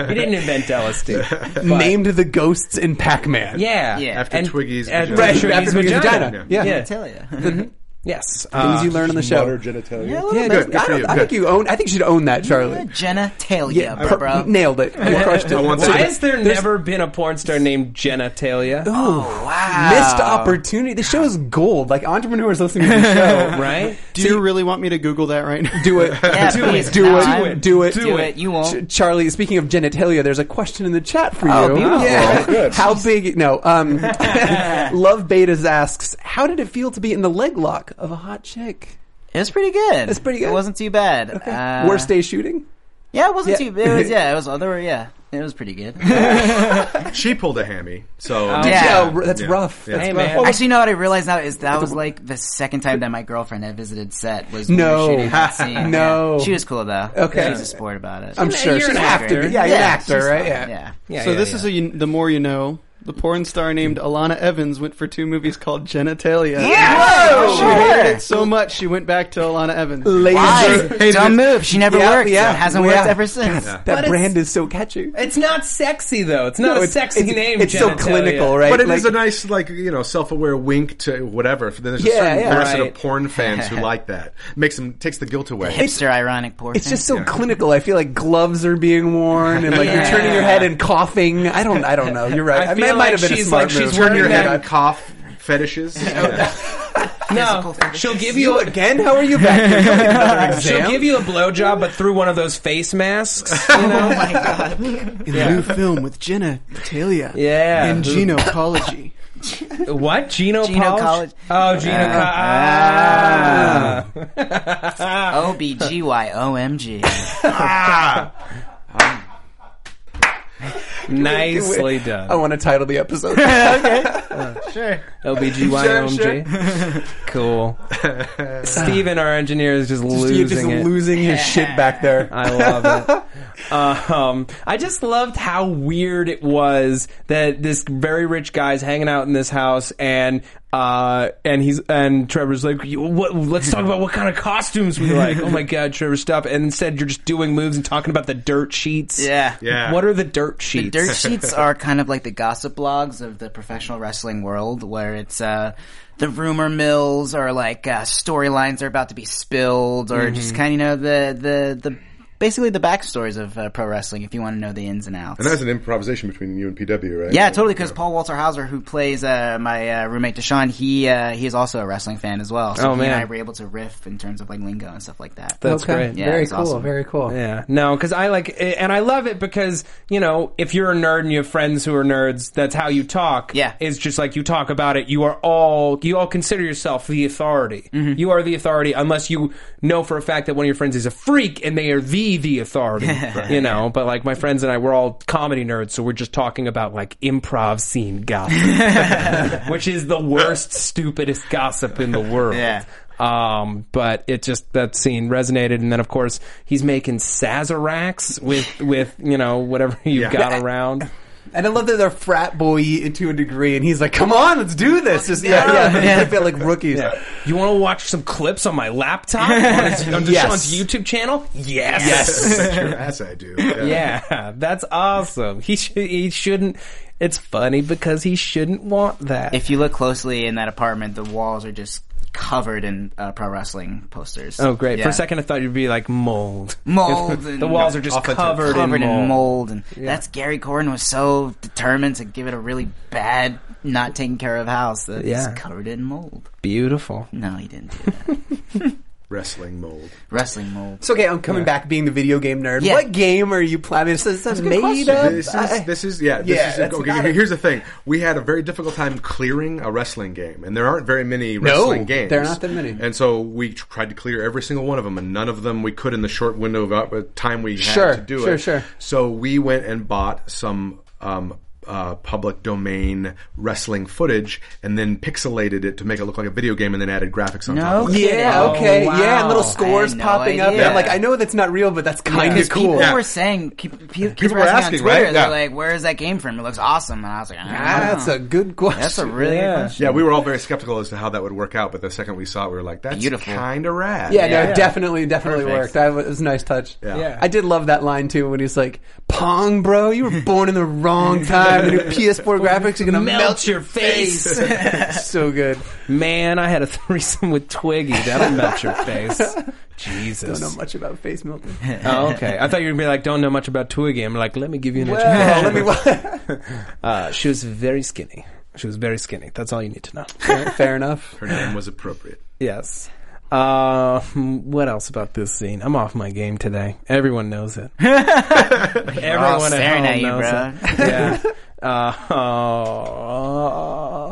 Speaker 2: he didn't invent LSD. but-
Speaker 4: Named the ghosts in Pac-Man.
Speaker 2: yeah.
Speaker 5: Yeah.
Speaker 3: After
Speaker 2: And-
Speaker 3: Twiggy's
Speaker 2: and-
Speaker 3: vagina.
Speaker 2: right,
Speaker 4: After
Speaker 2: Twiggy's
Speaker 4: Twiggy's
Speaker 2: vagina.
Speaker 4: vagina. Yeah.
Speaker 2: Yeah.
Speaker 5: I tell you.
Speaker 2: Yes.
Speaker 4: Things
Speaker 2: Uh,
Speaker 4: you learn on the show.
Speaker 6: genitalia.
Speaker 5: Yeah, a
Speaker 4: Yeah,
Speaker 5: little
Speaker 4: that's-
Speaker 3: good. Good
Speaker 4: I,
Speaker 3: for
Speaker 4: don't-
Speaker 3: you.
Speaker 4: I think
Speaker 3: Good.
Speaker 4: you own. I think you should own that, Charlie.
Speaker 5: bit. Genitalia,
Speaker 4: per-
Speaker 5: bro. bro.
Speaker 4: nailed it. You crushed it.
Speaker 3: I want
Speaker 2: why
Speaker 3: to-
Speaker 2: has there never been a porn star named Genitalia?
Speaker 5: Oh, wow.
Speaker 4: Missed opportunity. The show is gold. Like entrepreneurs listening to the show,
Speaker 2: Right?
Speaker 6: Do you really want me to Google that right now?
Speaker 4: Do it.
Speaker 5: Yeah,
Speaker 4: do,
Speaker 5: please,
Speaker 4: it. do
Speaker 5: no,
Speaker 4: it.
Speaker 5: I'm-
Speaker 4: Do it.
Speaker 5: Do it. You won't.
Speaker 4: Ch- Charlie, speaking of genitalia, there's a question in the chat for you.
Speaker 5: Oh, beautiful.
Speaker 4: Yeah. How big? No. Um, Love Betas asks, how did it feel to be in the leg lock of a hot chick?
Speaker 5: It was pretty good.
Speaker 4: It's pretty good?
Speaker 5: It wasn't too bad. Uh,
Speaker 4: Worst day shooting?
Speaker 5: Yeah, it wasn't
Speaker 4: Yeah.
Speaker 5: too. It was yeah. It was other. Yeah, it was pretty good.
Speaker 3: She pulled a hammy, so
Speaker 5: Yeah.
Speaker 4: r- that's
Speaker 3: Yeah.
Speaker 4: rough.
Speaker 3: Yeah.
Speaker 4: That's
Speaker 3: Hey,
Speaker 4: rough.
Speaker 2: man.
Speaker 4: Oh,
Speaker 5: Actually, you know what I realized now is that was like the second time that my girlfriend had visited set was when we were
Speaker 4: No.
Speaker 5: shooting that scene.
Speaker 4: No.
Speaker 5: Yeah. she was cool though.
Speaker 4: Okay.
Speaker 5: she was a sport about it.
Speaker 4: I'm sure
Speaker 2: you're
Speaker 4: she's
Speaker 2: an
Speaker 4: have to be.
Speaker 2: actor.
Speaker 4: Yeah, you're an
Speaker 5: Yeah,
Speaker 4: actor,
Speaker 5: she's
Speaker 4: right?
Speaker 5: fine.
Speaker 4: Yeah.
Speaker 5: yeah.
Speaker 2: Yeah,
Speaker 6: So
Speaker 2: yeah,
Speaker 6: this
Speaker 2: yeah.
Speaker 6: is a you- the more you know. The porn star named Alana Evans went for two movies called Genitalia.
Speaker 5: Yeah.
Speaker 6: She hated it so much she went back to Alana Evans.
Speaker 4: Ladies
Speaker 5: Why?
Speaker 4: are-
Speaker 5: Dumb move. She never
Speaker 4: Yeah,
Speaker 5: worked.
Speaker 4: yeah.
Speaker 5: It hasn't
Speaker 4: Yeah.
Speaker 5: worked ever since.
Speaker 4: That
Speaker 2: it's-
Speaker 4: brand is so catchy.
Speaker 2: It's not sexy though. It's not a
Speaker 4: it's-
Speaker 2: sexy
Speaker 4: it's-
Speaker 2: name.
Speaker 4: It's so
Speaker 2: Genitalia.
Speaker 4: clinical, right?
Speaker 3: But it is
Speaker 4: Like-
Speaker 3: a nice, like you know, self-aware wink to whatever. There's a
Speaker 4: Yeah,
Speaker 3: certain
Speaker 4: yeah.
Speaker 3: facet
Speaker 2: Right.
Speaker 3: of porn fans who like that. Makes them takes the guilt away.
Speaker 5: Hipster ironic porn.
Speaker 4: It's just so clinical. I feel like gloves are being worn, and like
Speaker 5: Yeah.
Speaker 4: you're turning your head and coughing. I don't. I don't know. You're right.
Speaker 2: I
Speaker 4: mean,
Speaker 2: feel
Speaker 4: it might
Speaker 2: like
Speaker 4: have been a
Speaker 2: she's
Speaker 4: smart
Speaker 2: like- she's
Speaker 4: move.
Speaker 2: wearing
Speaker 3: Turn your head
Speaker 2: Yeah.
Speaker 3: and cough fetishes.
Speaker 2: No, she'll give you
Speaker 4: You
Speaker 2: a,
Speaker 4: again? How are you back? Here? You got another
Speaker 2: she'll
Speaker 4: exam?
Speaker 2: give you a blowjob, but through one of those face masks. You know?
Speaker 5: oh my god.
Speaker 6: In the new film with Genitalia.
Speaker 2: Yeah.
Speaker 6: And genocology.
Speaker 2: what? Geno,
Speaker 5: Geno
Speaker 2: Polish?
Speaker 5: College.
Speaker 2: Oh, Geno
Speaker 5: Uh,
Speaker 2: College. Ah.
Speaker 5: O B G Y O M G.
Speaker 2: Nicely done.
Speaker 4: I want to title the episode.
Speaker 2: OBGYOMG. Cool. Steven, our engineer, is just, losing
Speaker 4: You're just
Speaker 2: it.
Speaker 4: losing his shit back there.
Speaker 2: I love it. um, I just loved how weird it was that this very rich guy's hanging out in this house and uh, and he's and Trevor's like, "You- what, let's talk about what kind of costumes we like. Oh my god, Trevor, stop! And instead, you're just doing moves and talking about the dirt sheets.
Speaker 5: Yeah.
Speaker 3: Yeah.
Speaker 2: What are the dirt sheets?
Speaker 5: The dirt sheets are kind of like the gossip blogs of the professional wrestling world, where it's uh, the rumor mills or like uh, storylines are about to be spilled, or just
Speaker 2: Mm-hmm.
Speaker 5: kind of you know the the the basically the backstories of uh, pro wrestling if you want to know the ins and outs.
Speaker 3: And that's an improvisation between you and PW, right?
Speaker 5: yeah, totally. Because Paul Walter Hauser, who plays uh, my uh, roommate Deshaun, he uh, he is also a wrestling fan as well. So
Speaker 2: Oh,
Speaker 5: he
Speaker 2: man.
Speaker 5: and I were able to riff in terms of like lingo and stuff like that.
Speaker 2: That's great.
Speaker 5: Yeah,
Speaker 4: very
Speaker 5: it's
Speaker 4: cool.
Speaker 5: awesome.
Speaker 4: Very cool.
Speaker 2: Yeah, no, because I like, and I love it because you know, if you're a nerd and you have friends who are nerds, that's how you talk.
Speaker 5: Yeah.
Speaker 2: it's just like you talk about it. You are all you all consider yourself the authority. You are the authority unless you know for a fact that one of your friends is a freak and they are the the authority. You know, but like my friends and I, we're all comedy nerds, so we're just talking about like improv scene gossip, which is the worst, stupidest gossip in the world.
Speaker 5: Yeah.
Speaker 2: Um, but it just that scene resonated, and then of course he's making sazeracs with with you know whatever you've got around.
Speaker 4: And I love that they're frat boy to a degree, and he's like, "Come on, let's do this." Just yeah, yeah. They feel like rookies.
Speaker 2: You want to watch some clips on my laptop on, his, on Deshaun's
Speaker 4: Yes.
Speaker 2: YouTube channel? Yes.
Speaker 3: Yes, your ass I do. Yeah.
Speaker 2: Yeah, that's awesome. He sh- he shouldn't. It's funny because he shouldn't want that.
Speaker 5: If you look closely in that apartment, the walls are just covered in uh, pro wrestling posters.
Speaker 2: oh, great! For
Speaker 5: Yeah.
Speaker 2: a second, I thought you'd be like mold.
Speaker 5: Mold
Speaker 2: the
Speaker 5: and-
Speaker 2: walls are just
Speaker 3: Off a tip.
Speaker 2: covered,
Speaker 5: covered
Speaker 2: in mold.
Speaker 5: in mold, and that's Gary Gordon was so determined to give it a really bad, not taken care of house that
Speaker 2: Yeah.
Speaker 5: it's covered in mold.
Speaker 2: Beautiful.
Speaker 5: No, he didn't do that.
Speaker 3: wrestling mold.
Speaker 5: Wrestling mold.
Speaker 4: It's okay. I'm coming back being the video game nerd.
Speaker 5: Yeah.
Speaker 4: What game are you playing? I mean, it's, it's
Speaker 5: a good
Speaker 4: made
Speaker 5: question.
Speaker 4: up.
Speaker 3: This
Speaker 4: I-
Speaker 3: is this is yeah. This
Speaker 4: Yeah,
Speaker 3: is
Speaker 4: that's
Speaker 3: okay,
Speaker 4: not
Speaker 3: okay,
Speaker 4: it.
Speaker 3: here's the thing: we had a very difficult time clearing a wrestling game, and there aren't very many wrestling games.
Speaker 4: there are not that many.
Speaker 3: and so we tried to clear every single one of them, and none of them we could in the short window of uh, time we had
Speaker 4: Sure,
Speaker 3: to do
Speaker 4: sure,
Speaker 3: it.
Speaker 4: sure.
Speaker 3: So we went and bought some. Um, uh, public domain wrestling footage, and then pixelated it to make it look like a video game, and then added graphics on top. of it.
Speaker 4: yeah.
Speaker 5: Oh,
Speaker 4: okay. Yeah.
Speaker 5: wow.
Speaker 4: And little
Speaker 5: I had
Speaker 4: scores
Speaker 5: no
Speaker 4: popping up.
Speaker 5: idea.
Speaker 4: And I'm like, I know that's not real, but that's kind of
Speaker 5: Because
Speaker 4: cool.
Speaker 5: people
Speaker 3: Yeah.
Speaker 5: were saying, people, people,
Speaker 3: People
Speaker 5: were
Speaker 3: were
Speaker 5: asking,
Speaker 3: asking,
Speaker 5: on Twitter,
Speaker 3: right?
Speaker 5: they're
Speaker 3: Yeah.
Speaker 5: like, "Where is that game from? It looks awesome." And I was like, I don't
Speaker 4: Ah, that's
Speaker 5: know.
Speaker 4: a good question.
Speaker 5: That's a really good question.
Speaker 3: Yeah, we were all very skeptical as to how that would work out, but the second we saw it, we were like, "That's
Speaker 5: Beautiful.
Speaker 3: kind of rad."
Speaker 4: Yeah, no,
Speaker 5: Yeah.
Speaker 4: definitely, definitely
Speaker 5: Perfect.
Speaker 4: worked. That was, it was a nice touch.
Speaker 3: Yeah. Yeah.
Speaker 4: I did love that line too when he's like, "Pong, bro, you were born in the wrong time. The new PS4 graphics are gonna melt, your face." so good.
Speaker 2: Man, I had a threesome with Twiggy. That'll melt your face. Jesus.
Speaker 4: Don't know much about face melting.
Speaker 2: Oh, okay. I thought you were gonna be like, don't know much about Twiggy. I'm like, let me give you an
Speaker 4: well, let
Speaker 2: introduction.
Speaker 4: me.
Speaker 2: uh, she was very skinny. She was very skinny. That's all you need to know.
Speaker 4: Fair enough.
Speaker 3: her name was appropriate.
Speaker 2: yes. Uh, what else about this scene? I'm off my game today. Everyone knows it.
Speaker 5: We're all
Speaker 2: Everyone at
Speaker 5: staring
Speaker 2: home
Speaker 5: at you,
Speaker 2: knows
Speaker 5: bro.
Speaker 2: it. Yeah. Uh,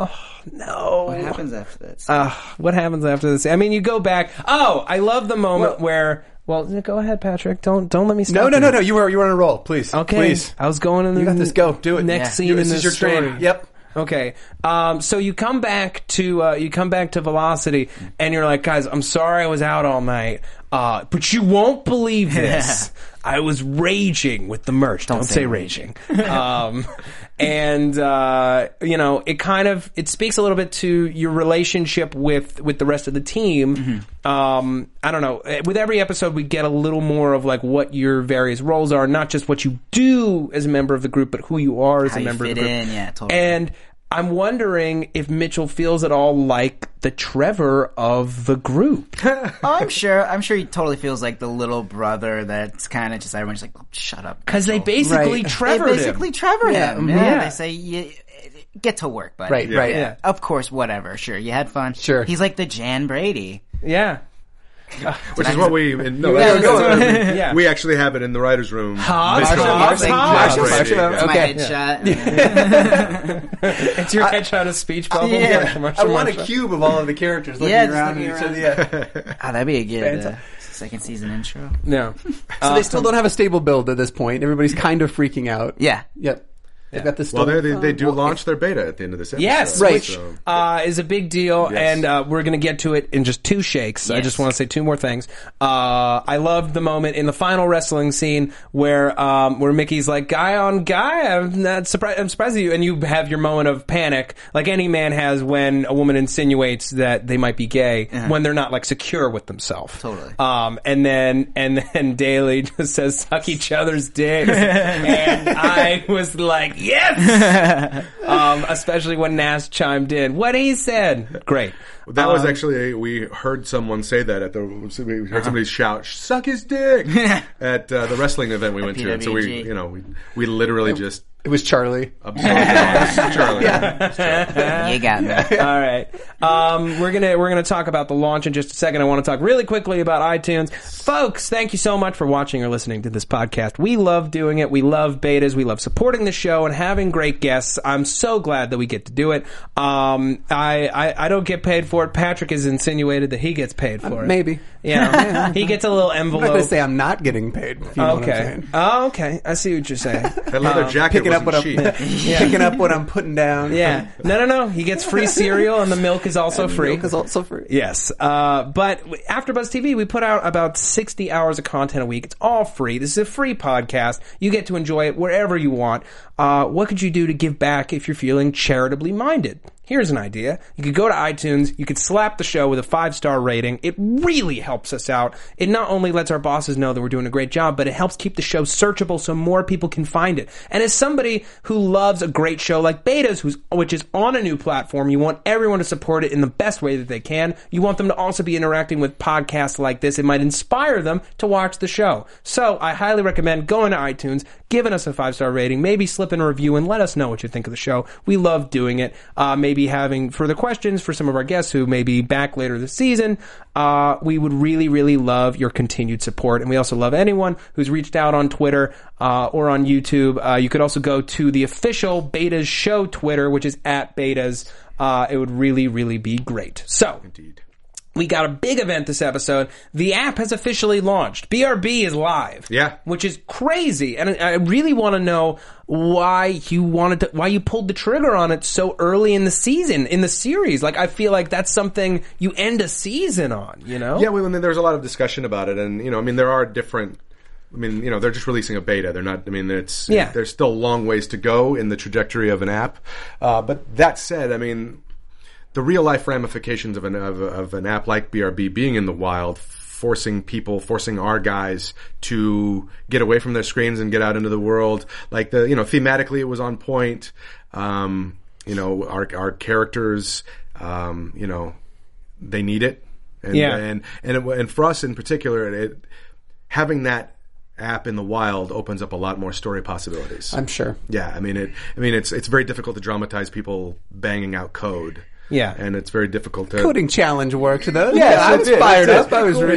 Speaker 2: oh, no.
Speaker 5: What happens after this?
Speaker 2: Uh, what happens after this? I mean, you go back. Oh, I love the moment where. Well, go ahead, Patrick. Don't don't let me. Stop
Speaker 4: No, no,
Speaker 2: you.
Speaker 4: no, no. You were you were on a roll. Please,
Speaker 2: Okay.
Speaker 4: please.
Speaker 2: I was going in the
Speaker 4: You got this. Go. Do it.
Speaker 2: Next
Speaker 5: Yeah.
Speaker 2: scene
Speaker 4: You-
Speaker 2: in
Speaker 4: this
Speaker 2: the
Speaker 4: is your
Speaker 2: story.
Speaker 4: train. Yep.
Speaker 2: Okay. Um, so you come back to uh, you come back to Velocity, and you're like, guys, I'm sorry I was out all night, uh, but you won't believe this. I was raging with the merch. Don't, say,
Speaker 5: say
Speaker 2: raging. um, and uh, you know, it kind of it speaks a little bit to your relationship with with the rest of the team. Um, I don't know. Eh, With every episode, we get a little more of like what your various roles are, not just what you do as a member of the group, but who you are as
Speaker 5: How
Speaker 2: a
Speaker 5: you
Speaker 2: member of
Speaker 5: fit
Speaker 2: the group.
Speaker 5: in, yeah, totally.
Speaker 2: And I'm wondering if Mitchell feels at all like the Trevor of the group.
Speaker 5: oh, I'm sure. I'm sure he totally feels like the little brother that's kind of just everyone's like, shut up.
Speaker 2: Because they
Speaker 5: Mitchell."
Speaker 2: basically
Speaker 4: Right.
Speaker 5: They
Speaker 2: Trevor
Speaker 5: basically Trevor
Speaker 4: Yeah,
Speaker 5: him.
Speaker 4: mhm.
Speaker 5: Yeah.
Speaker 2: Yeah.
Speaker 5: They say, "You- get to work, buddy.
Speaker 4: Right, right.
Speaker 2: Yeah.
Speaker 5: Of course, whatever. Sure, you had fun.
Speaker 4: Sure.
Speaker 5: He's like the Jan Brady.
Speaker 2: Yeah.
Speaker 3: Which is what we and no,
Speaker 4: Yeah,
Speaker 3: that's-
Speaker 4: that's
Speaker 3: that's-
Speaker 4: what
Speaker 3: we-
Speaker 2: Yeah.
Speaker 3: we actually have it in the writers' room.
Speaker 2: Hobbs,
Speaker 3: Mitchell-
Speaker 2: Hobbs,
Speaker 3: Mitchell
Speaker 2: Hobbs.
Speaker 3: Brady,
Speaker 4: Hobbs,
Speaker 3: yeah.
Speaker 4: Hobbs.
Speaker 5: It's
Speaker 4: Okay.
Speaker 5: my headshot. uh, Yeah.
Speaker 2: It's your headshot of speech bubble.
Speaker 5: Yeah.
Speaker 4: I
Speaker 2: Marshall, Marshall,
Speaker 4: want a
Speaker 2: Marshall.
Speaker 4: cube of all of the characters looking
Speaker 5: Yeah, just
Speaker 4: around
Speaker 5: looking
Speaker 4: at each other.
Speaker 5: around.
Speaker 4: Yeah.
Speaker 5: Ah, that'd be a good uh, second season intro.
Speaker 2: No.
Speaker 4: So they still don't have a stable build at this point. Everybody's kind of freaking out.
Speaker 5: Yeah.
Speaker 4: Yep. They've got this.
Speaker 3: Well,
Speaker 4: stable-
Speaker 3: they, they, they do launch their beta at the end of this episode.
Speaker 2: Yes,
Speaker 4: Right.
Speaker 2: which
Speaker 3: So-
Speaker 2: uh, is a big deal,
Speaker 3: Yes.
Speaker 2: and uh, we're going to get to it in just two shakes. I
Speaker 5: Yes.
Speaker 2: just want to say two more things. Uh, I loved the moment in the final wrestling scene where um, where Mickey's like, "Guy on guy, I'm not surprised. I'm surprised at you," and you have your moment of panic, like any man has when a woman insinuates that they might be gay
Speaker 3: Uh-huh.
Speaker 2: when they're not like secure with themselves.
Speaker 5: Totally.
Speaker 2: Um, and then and then Daly just says, "Suck each other's dicks," and I was like, "Yes." um, especially when Nas chimed in. What he said, great.
Speaker 3: That
Speaker 2: um,
Speaker 3: was actually a, we heard someone say that at the we heard
Speaker 2: Uh-huh.
Speaker 3: somebody shout "suck his dick" at uh, the wrestling event we went to. And so we
Speaker 5: PWG.
Speaker 3: you know we, we literally just
Speaker 4: It was Charlie.
Speaker 3: absorbed it all. Charlie.
Speaker 5: You got me.
Speaker 2: All right, um, we're gonna we're gonna talk about the launch in just a second. I want to talk really quickly about iTunes, folks. Thank you so much for watching or listening to this podcast. We love doing it. We love betas. We love supporting the show and having great guests. I'm so glad that we get to do it. Um, I, I I don't get paid for it. Patrick has insinuated that he gets paid for it.
Speaker 4: Maybe.
Speaker 2: Yeah, he gets a little envelope.
Speaker 4: I'm not going to say I'm not getting paid. if you know what I'm
Speaker 2: okay.
Speaker 4: saying.
Speaker 2: Oh, okay. I see what you're saying.
Speaker 3: That
Speaker 2: Uh,
Speaker 3: leather jacket
Speaker 4: Picking up
Speaker 3: wasn't
Speaker 4: what I'm
Speaker 3: cheap.
Speaker 4: picking up what I'm putting down.
Speaker 2: yeah. No, no, no. He gets free cereal, and the milk is also free.
Speaker 4: Milk is also free.
Speaker 2: Yes, uh, but w- AfterBuzz TV, we put out about sixty hours of content a week. It's all free. This is a free podcast. You get to enjoy it wherever you want. Uh, what could you do to give back if you're feeling charitably minded? Here's an idea: you could go to iTunes, you could slap the show with a five star rating. It really helps us out. It not only lets our bosses know that we're doing a great job, but it helps keep the show searchable so more people can find it. And as somebody who loves a great show like Betas, who's which is on a new platform, you want everyone to support it in the best way that they can. You want them to also be interacting with podcasts like this. It might inspire them to watch the show. So I highly recommend going to iTunes, giving us a five star rating, maybe slipping a review and let us know what you think of the show. We love doing it. Uh, maybe having further questions for some of our guests who may be back later this season. Uh, we would really, really love your continued support. And we also love anyone who's reached out on Twitter uh, or on YouTube. Uh, you could also go to the official Betas Show Twitter, which is at Betas. Uh, it would really, really be great. So, we got a big event this episode. The app has officially launched. BRB is live.
Speaker 3: Yeah.
Speaker 2: Which is crazy. And I I really want to know why you wanted to, why you pulled the trigger on it so early in the season, in the series. Like, I feel like that's something you end a season on, you know?
Speaker 3: Yeah, well, I mean, there's a lot of discussion about it, and you know, I mean, there are different. I mean, you know, they're just releasing a beta. They're not. I mean, it's
Speaker 2: Yeah.
Speaker 3: There's still a long ways to go in the trajectory of an app. Uh, but that said, I mean, the real life ramifications of an of, of an app like BRB being in the wild, forcing people, forcing our guys to get away from their screens and get out into the world. Like the you know thematically, it was on point. Um, you know our our characters. Um, you know they need it. And,
Speaker 2: Yeah.
Speaker 3: and and it, and for us in particular, it having that app in the wild opens up a lot more story possibilities.
Speaker 4: I'm sure.
Speaker 3: Yeah, I mean it. I mean it's it's very difficult to dramatize people banging out code.
Speaker 2: Yeah.
Speaker 3: and it's very difficult to.
Speaker 4: Coding challenge worked though. Yeah,
Speaker 3: Yes,
Speaker 4: I
Speaker 3: it
Speaker 4: was
Speaker 3: did,
Speaker 4: fired
Speaker 3: it did.
Speaker 4: up. I was
Speaker 3: It
Speaker 4: really.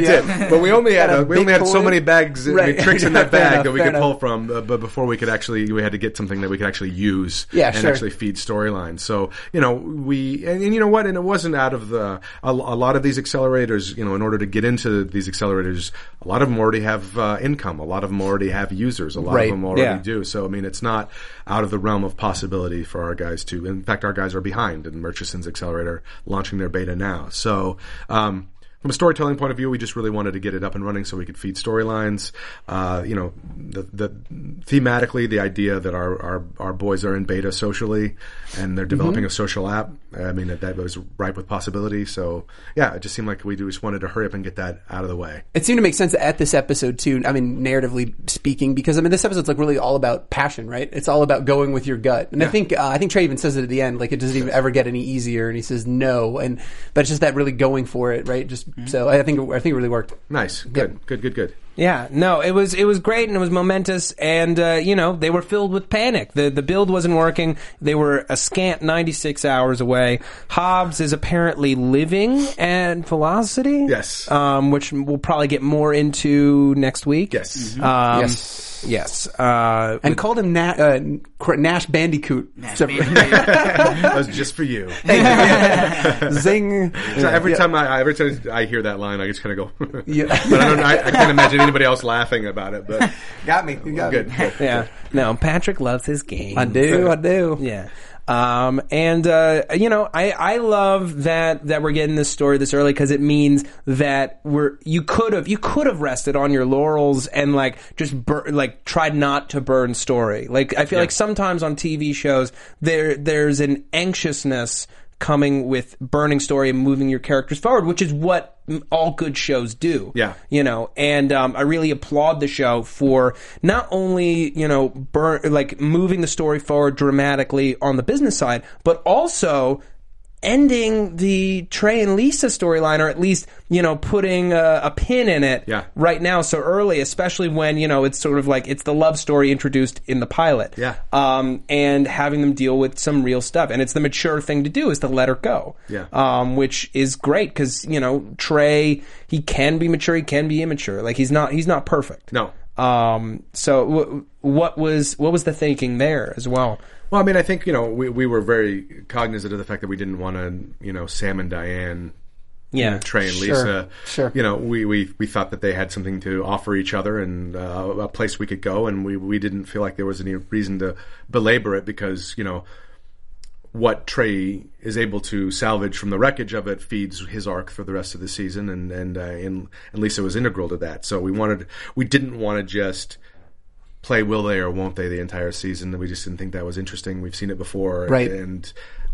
Speaker 3: did. But we only had
Speaker 4: Got
Speaker 3: a,
Speaker 4: a
Speaker 3: we only had so
Speaker 4: Bitcoin.
Speaker 3: many bags, I mean,
Speaker 4: Right.
Speaker 3: tricks in that
Speaker 4: Fair
Speaker 3: bag
Speaker 4: enough,
Speaker 3: that we
Speaker 4: fair
Speaker 3: could pull
Speaker 4: enough.
Speaker 3: from. Uh, but before we could actually, we had to get something that we could actually use
Speaker 4: Yeah,
Speaker 3: and
Speaker 4: sure.
Speaker 3: actually feed storylines. So you know we and, and you know what, and it wasn't out of the a, a lot of these accelerators. You know, in order to get into these accelerators, a lot of them already have uh, income. A lot of them already have users. A lot
Speaker 4: Right.
Speaker 3: of them already
Speaker 2: Yeah.
Speaker 3: do. So I mean, it's not out of the realm of possibility for our guys to. In fact, our guys are behind in Murchison's Accelerator launching their beta now. So. Um, from a storytelling point of view, we just really wanted to get it up and running so we could feed storylines. Uh, you know, the, the thematically, the idea that our, our, our boys are in beta socially and they're developing a social app. I mean, that, that was ripe with possibility. So, yeah, it just seemed like we just wanted to hurry up and get that out of the way.
Speaker 4: It seemed to make sense at this episode too. I mean, narratively speaking, because I mean, this episode's like really all about passion, right? It's all about going with your gut. And I think uh, I think Trey even says it at the end, like it doesn't even ever get any easier. And he says no, and but it's just that really going for it, right? Just so I think it, I think it really worked.
Speaker 3: Nice. Good, good, good, good.
Speaker 2: Yeah, no, it was it was great and it was momentous and uh, you know they were filled with panic. The the build wasn't working. They were a scant ninety six hours away. Hobbs is apparently living at velocity.
Speaker 3: Yes.
Speaker 2: um, which we'll probably get more into next week.
Speaker 3: Yes.
Speaker 2: um,
Speaker 4: Yes.
Speaker 2: yes. Uh,
Speaker 4: And called him Na- uh, Cr- Nash Bandicoot.
Speaker 3: that was just for you.
Speaker 4: Zing.
Speaker 3: So every time I I- every time I hear that line, I just kind of go.
Speaker 4: Yeah.
Speaker 3: but I, don't, I, I can't imagine anybody else laughing about it. But
Speaker 4: Got me. You got
Speaker 3: good.
Speaker 4: me.
Speaker 3: good.
Speaker 2: yeah, no, Patrick loves his game.
Speaker 4: I do. I do.
Speaker 2: Yeah. Um, and, uh, you know, I, I love that, that we're getting this story this early because it means that we're, you could have, you could have rested on your laurels and like just bur- like tried not to burn story. Like, I feel like sometimes on TV shows, there, there's an anxiousness coming with burning story and moving your characters forward, which is what mm, all good shows do
Speaker 3: Yeah.
Speaker 2: you know and um, i really applaud the show for not only you know bur- like moving the story forward dramatically on the business side but also ending the trey and lisa storyline or at least you know putting a, a pin in it
Speaker 3: Yeah.
Speaker 2: right now so early especially when you know it's sort of like it's the love story introduced in the pilot
Speaker 3: Yeah.
Speaker 2: um, and having them deal with some real stuff and it's the mature thing to do is to let her go
Speaker 3: Yeah.
Speaker 2: um, which is great because you know Trey, he can be mature, he can be immature. Like he's not, he's not perfect.
Speaker 3: No.
Speaker 2: Um. So w- what was what was the thinking there as well?
Speaker 3: Well, I mean, I think you know we we were very cognizant of the fact that we didn't want to you know Sam and Diane.
Speaker 2: Yeah.
Speaker 3: Trey and
Speaker 4: Sure,
Speaker 3: Lisa.
Speaker 4: sure.
Speaker 3: You know, we, we, we thought that they had something to offer each other and uh, a place we could go, and we, we didn't feel like there was any reason to belabor it because, you know, what Trey is able to salvage from the wreckage of it feeds his arc for the rest of the season, and and uh, and, and Lisa was integral to that. So we wanted, we didn't want to just play will they or won't they the entire season. We just didn't think that was interesting. We've seen it before,
Speaker 4: Right.
Speaker 3: And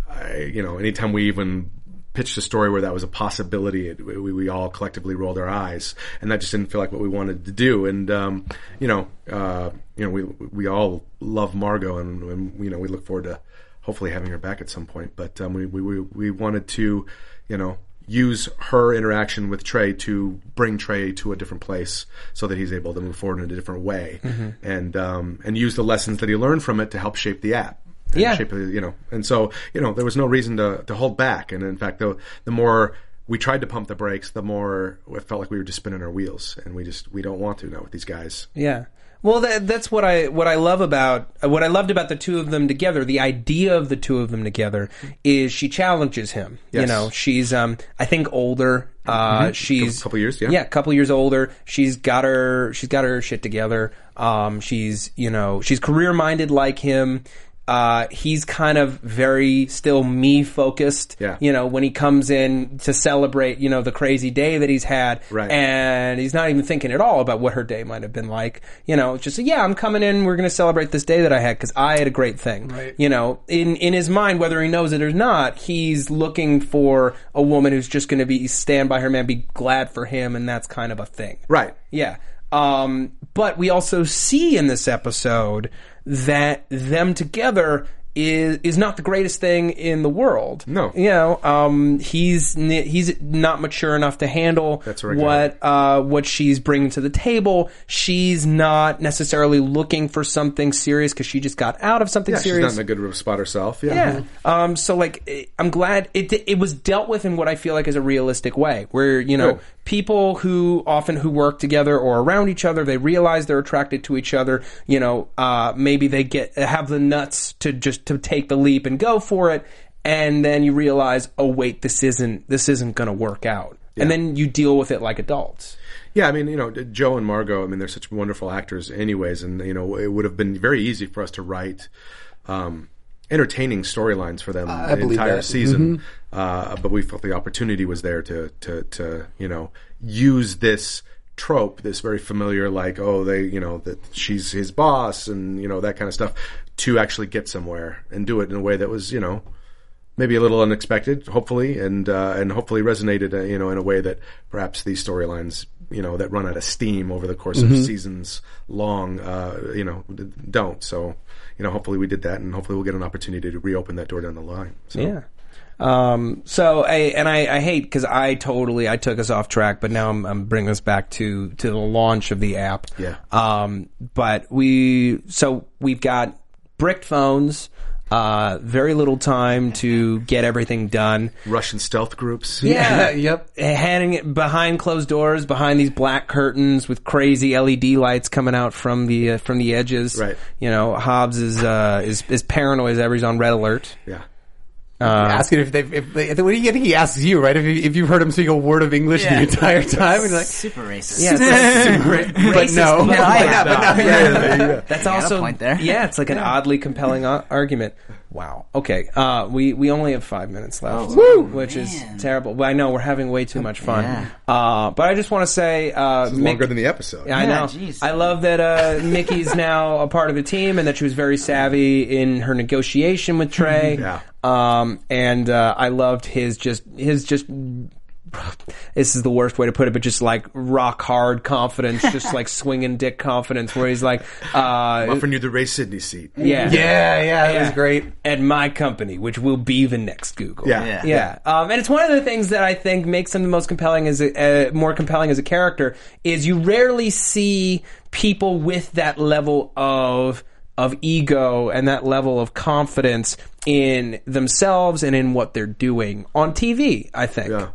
Speaker 3: I, you know, anytime we even pitched a story where that was a possibility, it, we, we all collectively rolled our eyes, and that just didn't feel like what we wanted to do. And um, you know, uh, you know, we we all love Margot, and, and you know, we look forward to hopefully having her back at some point. But um, we, we we we wanted to, you know. use her interaction with Trey to bring Trey to a different place so that he's able to move forward in a different way and um, and use the lessons that he learned from it to help shape the app. and
Speaker 2: Yeah.
Speaker 3: shape uh, you know, and so you know there was no reason to to hold back, and in fact, the the more we tried to pump the brakes, the more it felt like we were just spinning our wheels, and we just we don't want to now with these guys.
Speaker 2: Yeah. Well, that, that's what I what I love about what I loved about the two of them together. The idea of the two of them together is she challenges him. You
Speaker 3: Yes. Mm-hmm.
Speaker 2: know, she's um I think older. Uh, she's
Speaker 3: Couple- couple years, yeah.
Speaker 2: yeah, a couple years older. She's got her she's got her shit together. Um, she's you know she's career minded like him. Uh, he's kind of very still me focused.
Speaker 3: Yeah.
Speaker 2: You know, when he comes in to celebrate, you know, the crazy day that he's had.
Speaker 3: Right.
Speaker 2: And he's not even thinking at all about what her day might have been like. You know, it's just, yeah, I'm coming in. We're going to celebrate this day that I had because I had a great thing. Right. You know, in, in his mind, whether he knows it or not, he's looking for a woman who's just going to be stand by her man, be glad for him. And that's kind of a thing.
Speaker 3: Right.
Speaker 2: Yeah. Um, but we also see in this episode that them together is is not the greatest thing in the world.
Speaker 3: No.
Speaker 2: You know, um, he's n- he's not mature enough to handle
Speaker 3: That's right.
Speaker 2: what uh, what she's bringing to the table. She's not necessarily looking for something serious because she just got out of something
Speaker 3: Yeah, she's
Speaker 2: serious.
Speaker 3: not in a good spot herself. Yeah.
Speaker 2: Yeah. Um. So like, it- I'm glad it it was dealt with in what I feel like is a realistic way, where you know
Speaker 3: Good.
Speaker 2: people who often who work together or around each other, they realize they're attracted to each other. You know, uh, maybe they get have the nuts to just to take the leap and go for it, and then you realize, oh wait, this isn't this isn't going to work out, and then you deal with it like adults.
Speaker 3: Yeah, I mean, you know, Joe and Margot. I mean, they're such wonderful actors, anyways, and you know, it would have been very easy for us to write um, entertaining storylines for them the
Speaker 4: believe
Speaker 3: entire
Speaker 4: that. Mm-hmm.
Speaker 3: season. Uh, but we felt the opportunity was there to to to you know use this trope, this very familiar, like oh, they you know that she's his boss and you know that kind of stuff, to actually get somewhere and do it in a way that was you know maybe a little unexpected, hopefully, and uh, and hopefully resonated, uh, you know, in a way that perhaps these storylines, you know, that run out of steam over the course
Speaker 2: Mm-hmm.
Speaker 3: of seasons long, uh, you know, d- don't. So, you know, hopefully we did that, and hopefully we'll get an opportunity to reopen that door down the line. So,
Speaker 2: Yeah. Um, so I, and I, I hate because I totally I took us off track, but now I'm, I'm bringing us back to to the launch of the app.
Speaker 3: Yeah.
Speaker 2: Um, but we so we've got bricked phones, uh, very little time to get everything done.
Speaker 3: Russian stealth groups.
Speaker 2: Yeah.
Speaker 4: yep.
Speaker 2: Handing it behind closed doors, behind these black curtains with crazy LED lights coming out from the uh, from the edges.
Speaker 3: Right.
Speaker 2: You know, Hobbs is uh, is is paranoid as ever. He's on red alert. Uh,
Speaker 3: yeah.
Speaker 4: Asking if they've, if they, I think- what do you- I think he asks you, right? If, you, if you've heard him speak a word of English
Speaker 5: Yeah.
Speaker 4: the entire time, and you're like,
Speaker 5: Super racist.
Speaker 2: Yeah, it's like-
Speaker 4: but no,
Speaker 5: No, I have
Speaker 4: But no, yeah.
Speaker 2: That's
Speaker 5: got a
Speaker 2: also
Speaker 5: point there.
Speaker 2: Yeah, it's like an oddly compelling o- argument. Wow. Okay. Uh, we we only have five minutes left, which is terrible. But I know we're having way too much fun. Uh, but I just want to say, uh, Mick-
Speaker 3: Longer than the episode.
Speaker 2: I
Speaker 5: Yeah,
Speaker 2: know.
Speaker 5: jeez.
Speaker 2: I love that uh, Mickey's now a part of the team and that she was very savvy in her negotiation with Trey.
Speaker 3: Yeah.
Speaker 2: Um, and uh, I loved his just his just. This is the worst way to put it, but just like rock hard confidence, just like swinging dick confidence, where he's like, uh,
Speaker 3: Offering you the Ray Sydney seat.
Speaker 2: yeah,
Speaker 4: yeah, yeah, that was great.
Speaker 2: at my company, which will be the next Google.
Speaker 3: Yeah.
Speaker 5: Yeah.
Speaker 2: Yeah. Um, and it's one of the things that I think makes him the most compelling as a, uh, more compelling as a character is you rarely see people with that level of of ego and that level of confidence in themselves and in what they're doing on TV. I think.
Speaker 3: Yeah.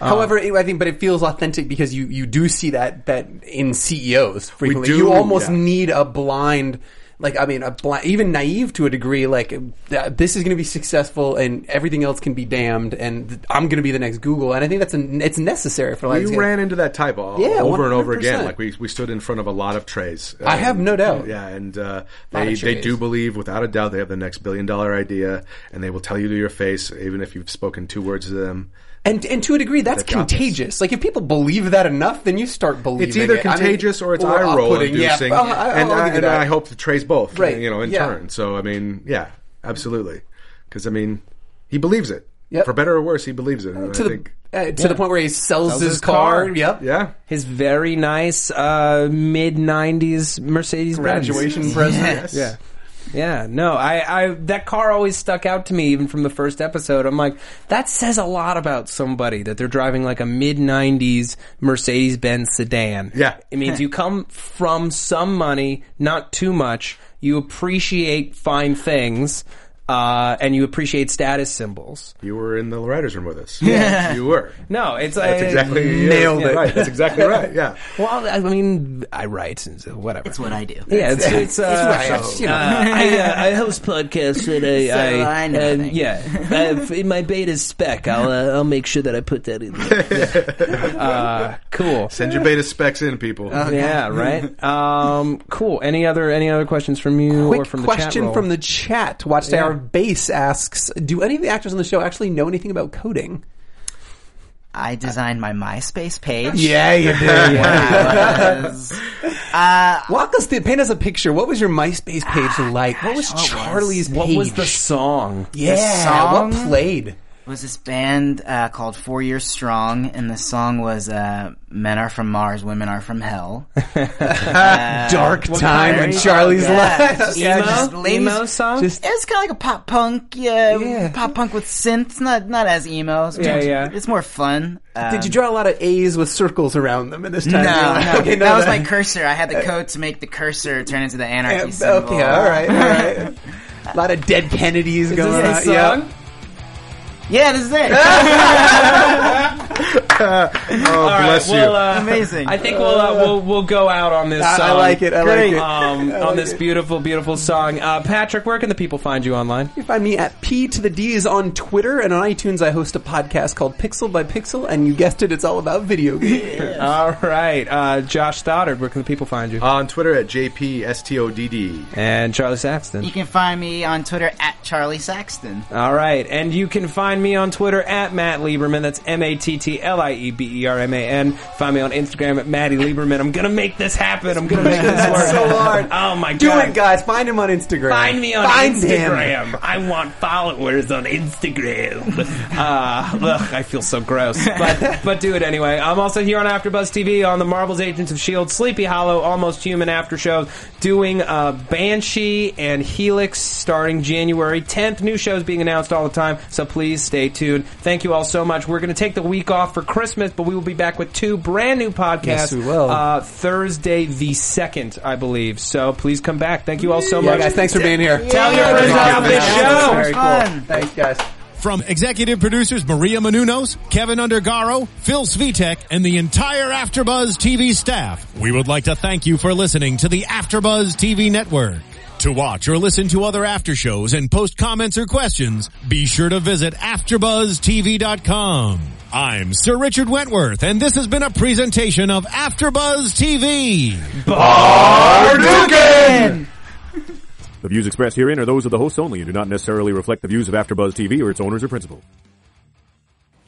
Speaker 3: Uh-huh.
Speaker 4: However, it, I think, but it feels authentic because you, you do see that that in CEOs frequently.
Speaker 3: do,
Speaker 4: you almost
Speaker 3: yeah.
Speaker 4: need a blind, like I mean, a blind, even naive to a degree. Like th- this is going to be successful, and everything else can be damned, and th- I'm going to be the next Google. And I think that's an, it's necessary for like.
Speaker 3: We
Speaker 4: yeah.
Speaker 3: ran into that type all,
Speaker 4: Yeah,
Speaker 3: over and over again.
Speaker 4: 100%.
Speaker 3: Like we, we stood in front of a lot of trays.
Speaker 4: I have no doubt.
Speaker 3: Yeah, and uh,
Speaker 4: Lot
Speaker 3: they
Speaker 4: of
Speaker 3: they
Speaker 4: trays.
Speaker 3: do believe without a doubt they have the next billion dollar idea, and they will tell you to your face even if you've spoken two words to them.
Speaker 4: and and to a degree that's
Speaker 3: They've got this.
Speaker 4: contagious. Like if people believe that enough, then you start believing.
Speaker 3: It's either
Speaker 4: it. I mean,
Speaker 3: contagious or it's eye roll
Speaker 4: off-putting. Yeah,
Speaker 3: inducing,
Speaker 4: I'll- I'll-
Speaker 3: and,
Speaker 4: I'll
Speaker 3: I,
Speaker 4: give you
Speaker 3: and
Speaker 4: that.
Speaker 3: I hope it trays both.
Speaker 4: Right,
Speaker 3: You know, in
Speaker 4: yeah.
Speaker 3: turn. So I mean, yeah, absolutely. Because I mean, he believes it.
Speaker 4: Yep.
Speaker 3: For better or worse, he believes it. and
Speaker 4: to
Speaker 3: I
Speaker 4: the
Speaker 3: think,
Speaker 4: uh, to the point where he sells,
Speaker 2: Sells
Speaker 4: his,
Speaker 2: his
Speaker 4: car.
Speaker 2: car.
Speaker 4: Yep.
Speaker 3: yeah.
Speaker 2: His very nice uh, mid '90s Mercedes
Speaker 4: Graduation present.
Speaker 3: Yeah.
Speaker 2: Yeah, no, I, I that car always stuck out to me even from the first episode. I'm like, that says a lot about somebody that they're driving like a mid '90s Mercedes Benz sedan.
Speaker 3: Yeah.
Speaker 2: it means you come from some money, not too much. You appreciate fine things, uh, and you appreciate status symbols.
Speaker 3: You were in the writers' room with us. Yeah, you were.
Speaker 2: No, it's
Speaker 3: That's
Speaker 2: I-
Speaker 3: exactly
Speaker 4: Nailed
Speaker 3: yeah,
Speaker 4: it.
Speaker 3: Right, that's exactly right. Yeah.
Speaker 2: Well, I mean, I write and so whatever.
Speaker 5: That's what I do.
Speaker 2: Yeah, it's, it's, uh,
Speaker 4: Right, you know.
Speaker 2: Uh, I, uh, I host podcasts and I,
Speaker 5: So
Speaker 2: I,
Speaker 5: I know
Speaker 2: and
Speaker 5: things.
Speaker 2: yeah, I, in my beta spec, I'll uh, I'll make sure that I put that in. there. Uh, cool.
Speaker 3: Send your beta specs in, people.
Speaker 2: Yeah, right. Um, cool. Any other any other questions from you or
Speaker 4: Quick
Speaker 2: from the chat
Speaker 4: question
Speaker 2: roll?
Speaker 4: from the chat. Watch
Speaker 2: Yeah.
Speaker 4: Our Base asks, do any of the actors on the show actually know anything about coding?
Speaker 5: I designed my MySpace page.
Speaker 4: you do.
Speaker 5: I was-
Speaker 4: Walk us through, paint us a picture. What was your MySpace
Speaker 2: Ah,
Speaker 4: page like? What was
Speaker 5: what was-
Speaker 4: Charlie's page?
Speaker 2: what was the song?
Speaker 4: yeah,
Speaker 5: song?
Speaker 4: what played?
Speaker 5: was this band uh, called Four Years Strong, and the song was uh, "Men Are From Mars, Women Are From Hell."
Speaker 2: Uh,
Speaker 4: Dark time in
Speaker 5: kind?
Speaker 4: Charlie's
Speaker 5: Oh, yeah.
Speaker 4: life.
Speaker 5: Just emo?
Speaker 2: Emo
Speaker 5: ladies-
Speaker 2: song.
Speaker 5: It was kind of like a pop punk, yeah,
Speaker 4: Yeah.
Speaker 5: pop punk with synths. Not not as emo. It's
Speaker 2: Yeah,
Speaker 5: more,
Speaker 2: yeah.
Speaker 5: It's more fun. Um,
Speaker 4: Did you draw a lot of A's with circles around them in this
Speaker 5: No,
Speaker 4: time?
Speaker 5: no.
Speaker 4: Okay,
Speaker 5: that was
Speaker 4: that-
Speaker 5: my cursor. I had the code to make the cursor turn into the
Speaker 4: Yeah,
Speaker 5: anarchy
Speaker 4: Okay,
Speaker 5: symbol.
Speaker 4: all right, all right. a lot of dead Kennedys going on.
Speaker 2: Is this the
Speaker 4: yeah.
Speaker 2: song?
Speaker 5: Yeah, this is it.
Speaker 3: Oh,
Speaker 2: All right,
Speaker 3: bless you.
Speaker 2: well, uh,
Speaker 5: Amazing.
Speaker 2: I think we'll uh, we'll we'll go out on this.
Speaker 4: I- I
Speaker 2: song.
Speaker 4: like it, I like Great. it.
Speaker 2: Um,
Speaker 4: I
Speaker 2: on
Speaker 4: like
Speaker 2: this
Speaker 4: it.
Speaker 2: beautiful, beautiful song. Uh, Patrick, where can the people find you online?
Speaker 4: You can find me at P to the D's on Twitter, and on iTunes I host a podcast called Pixel by Pixel, and you guessed it, it's all about video games.
Speaker 2: All right, uh, Josh Stoddard, where can the people find you?
Speaker 3: on Twitter at JPSTODD.
Speaker 2: and Charlie
Speaker 5: you
Speaker 2: Saxton.
Speaker 5: can find me on Twitter at Charlie Saxton.
Speaker 2: All right, and you can find me on Twitter at Matt Lieberman. That's M A T T L I E B E R M A N. Find me on Instagram at Matty Lieberman. I'm gonna make this happen. I'm gonna make this work.
Speaker 4: That's so hard.
Speaker 2: Oh my
Speaker 4: Do
Speaker 2: god!
Speaker 4: it, guys. Find him on Instagram.
Speaker 2: Find me on
Speaker 4: Find him.
Speaker 2: Instagram. I want followers on Instagram. uh, look, I feel so gross, but but do it anyway. I'm also here on AfterBuzz TV on the Marvel's Agents of Shield, E Sleepy Hollow, Almost Human after shows, doing uh, Banshee and Helix starting January 10th. New shows being announced all the time, so please stay tuned. Thank you all so much. We're going to take the week off for Christmas, but we will be back with two brand new podcasts.
Speaker 4: Yes, we will.
Speaker 2: Uh, Thursday the second, I believe. So please come back. Thank you all so
Speaker 4: Yeah,
Speaker 2: much.
Speaker 4: guys. Thanks for being here.
Speaker 2: Tell your friends about this
Speaker 4: That was
Speaker 2: show.
Speaker 4: very cool. Thanks, guys.
Speaker 1: From executive producers Maria Menounos, Kevin Undergaro, Phil Svitek, and the entire Afterbuzz TV staff, we would like to thank you for listening to the Afterbuzz TV network. To watch or listen to other after shows and post comments or questions, be sure to visit AfterbuzzTV.com. I'm Sir Richard Wentworth, and this has been a presentation of Afterbuzz TV.
Speaker 7: The views expressed herein are those of the hosts only and do not necessarily reflect the views of AfterBuzz TV or its owners or principals.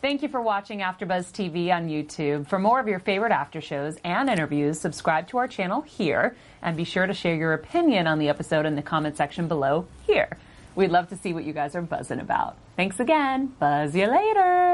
Speaker 8: Thank you for watching AfterBuzz TV on YouTube. For more of your favorite after shows and interviews, subscribe to our channel here, and be sure to share your opinion on the episode in the comment section below here. We'd love to see what you guys are buzzing about. Thanks again. Buzz you later.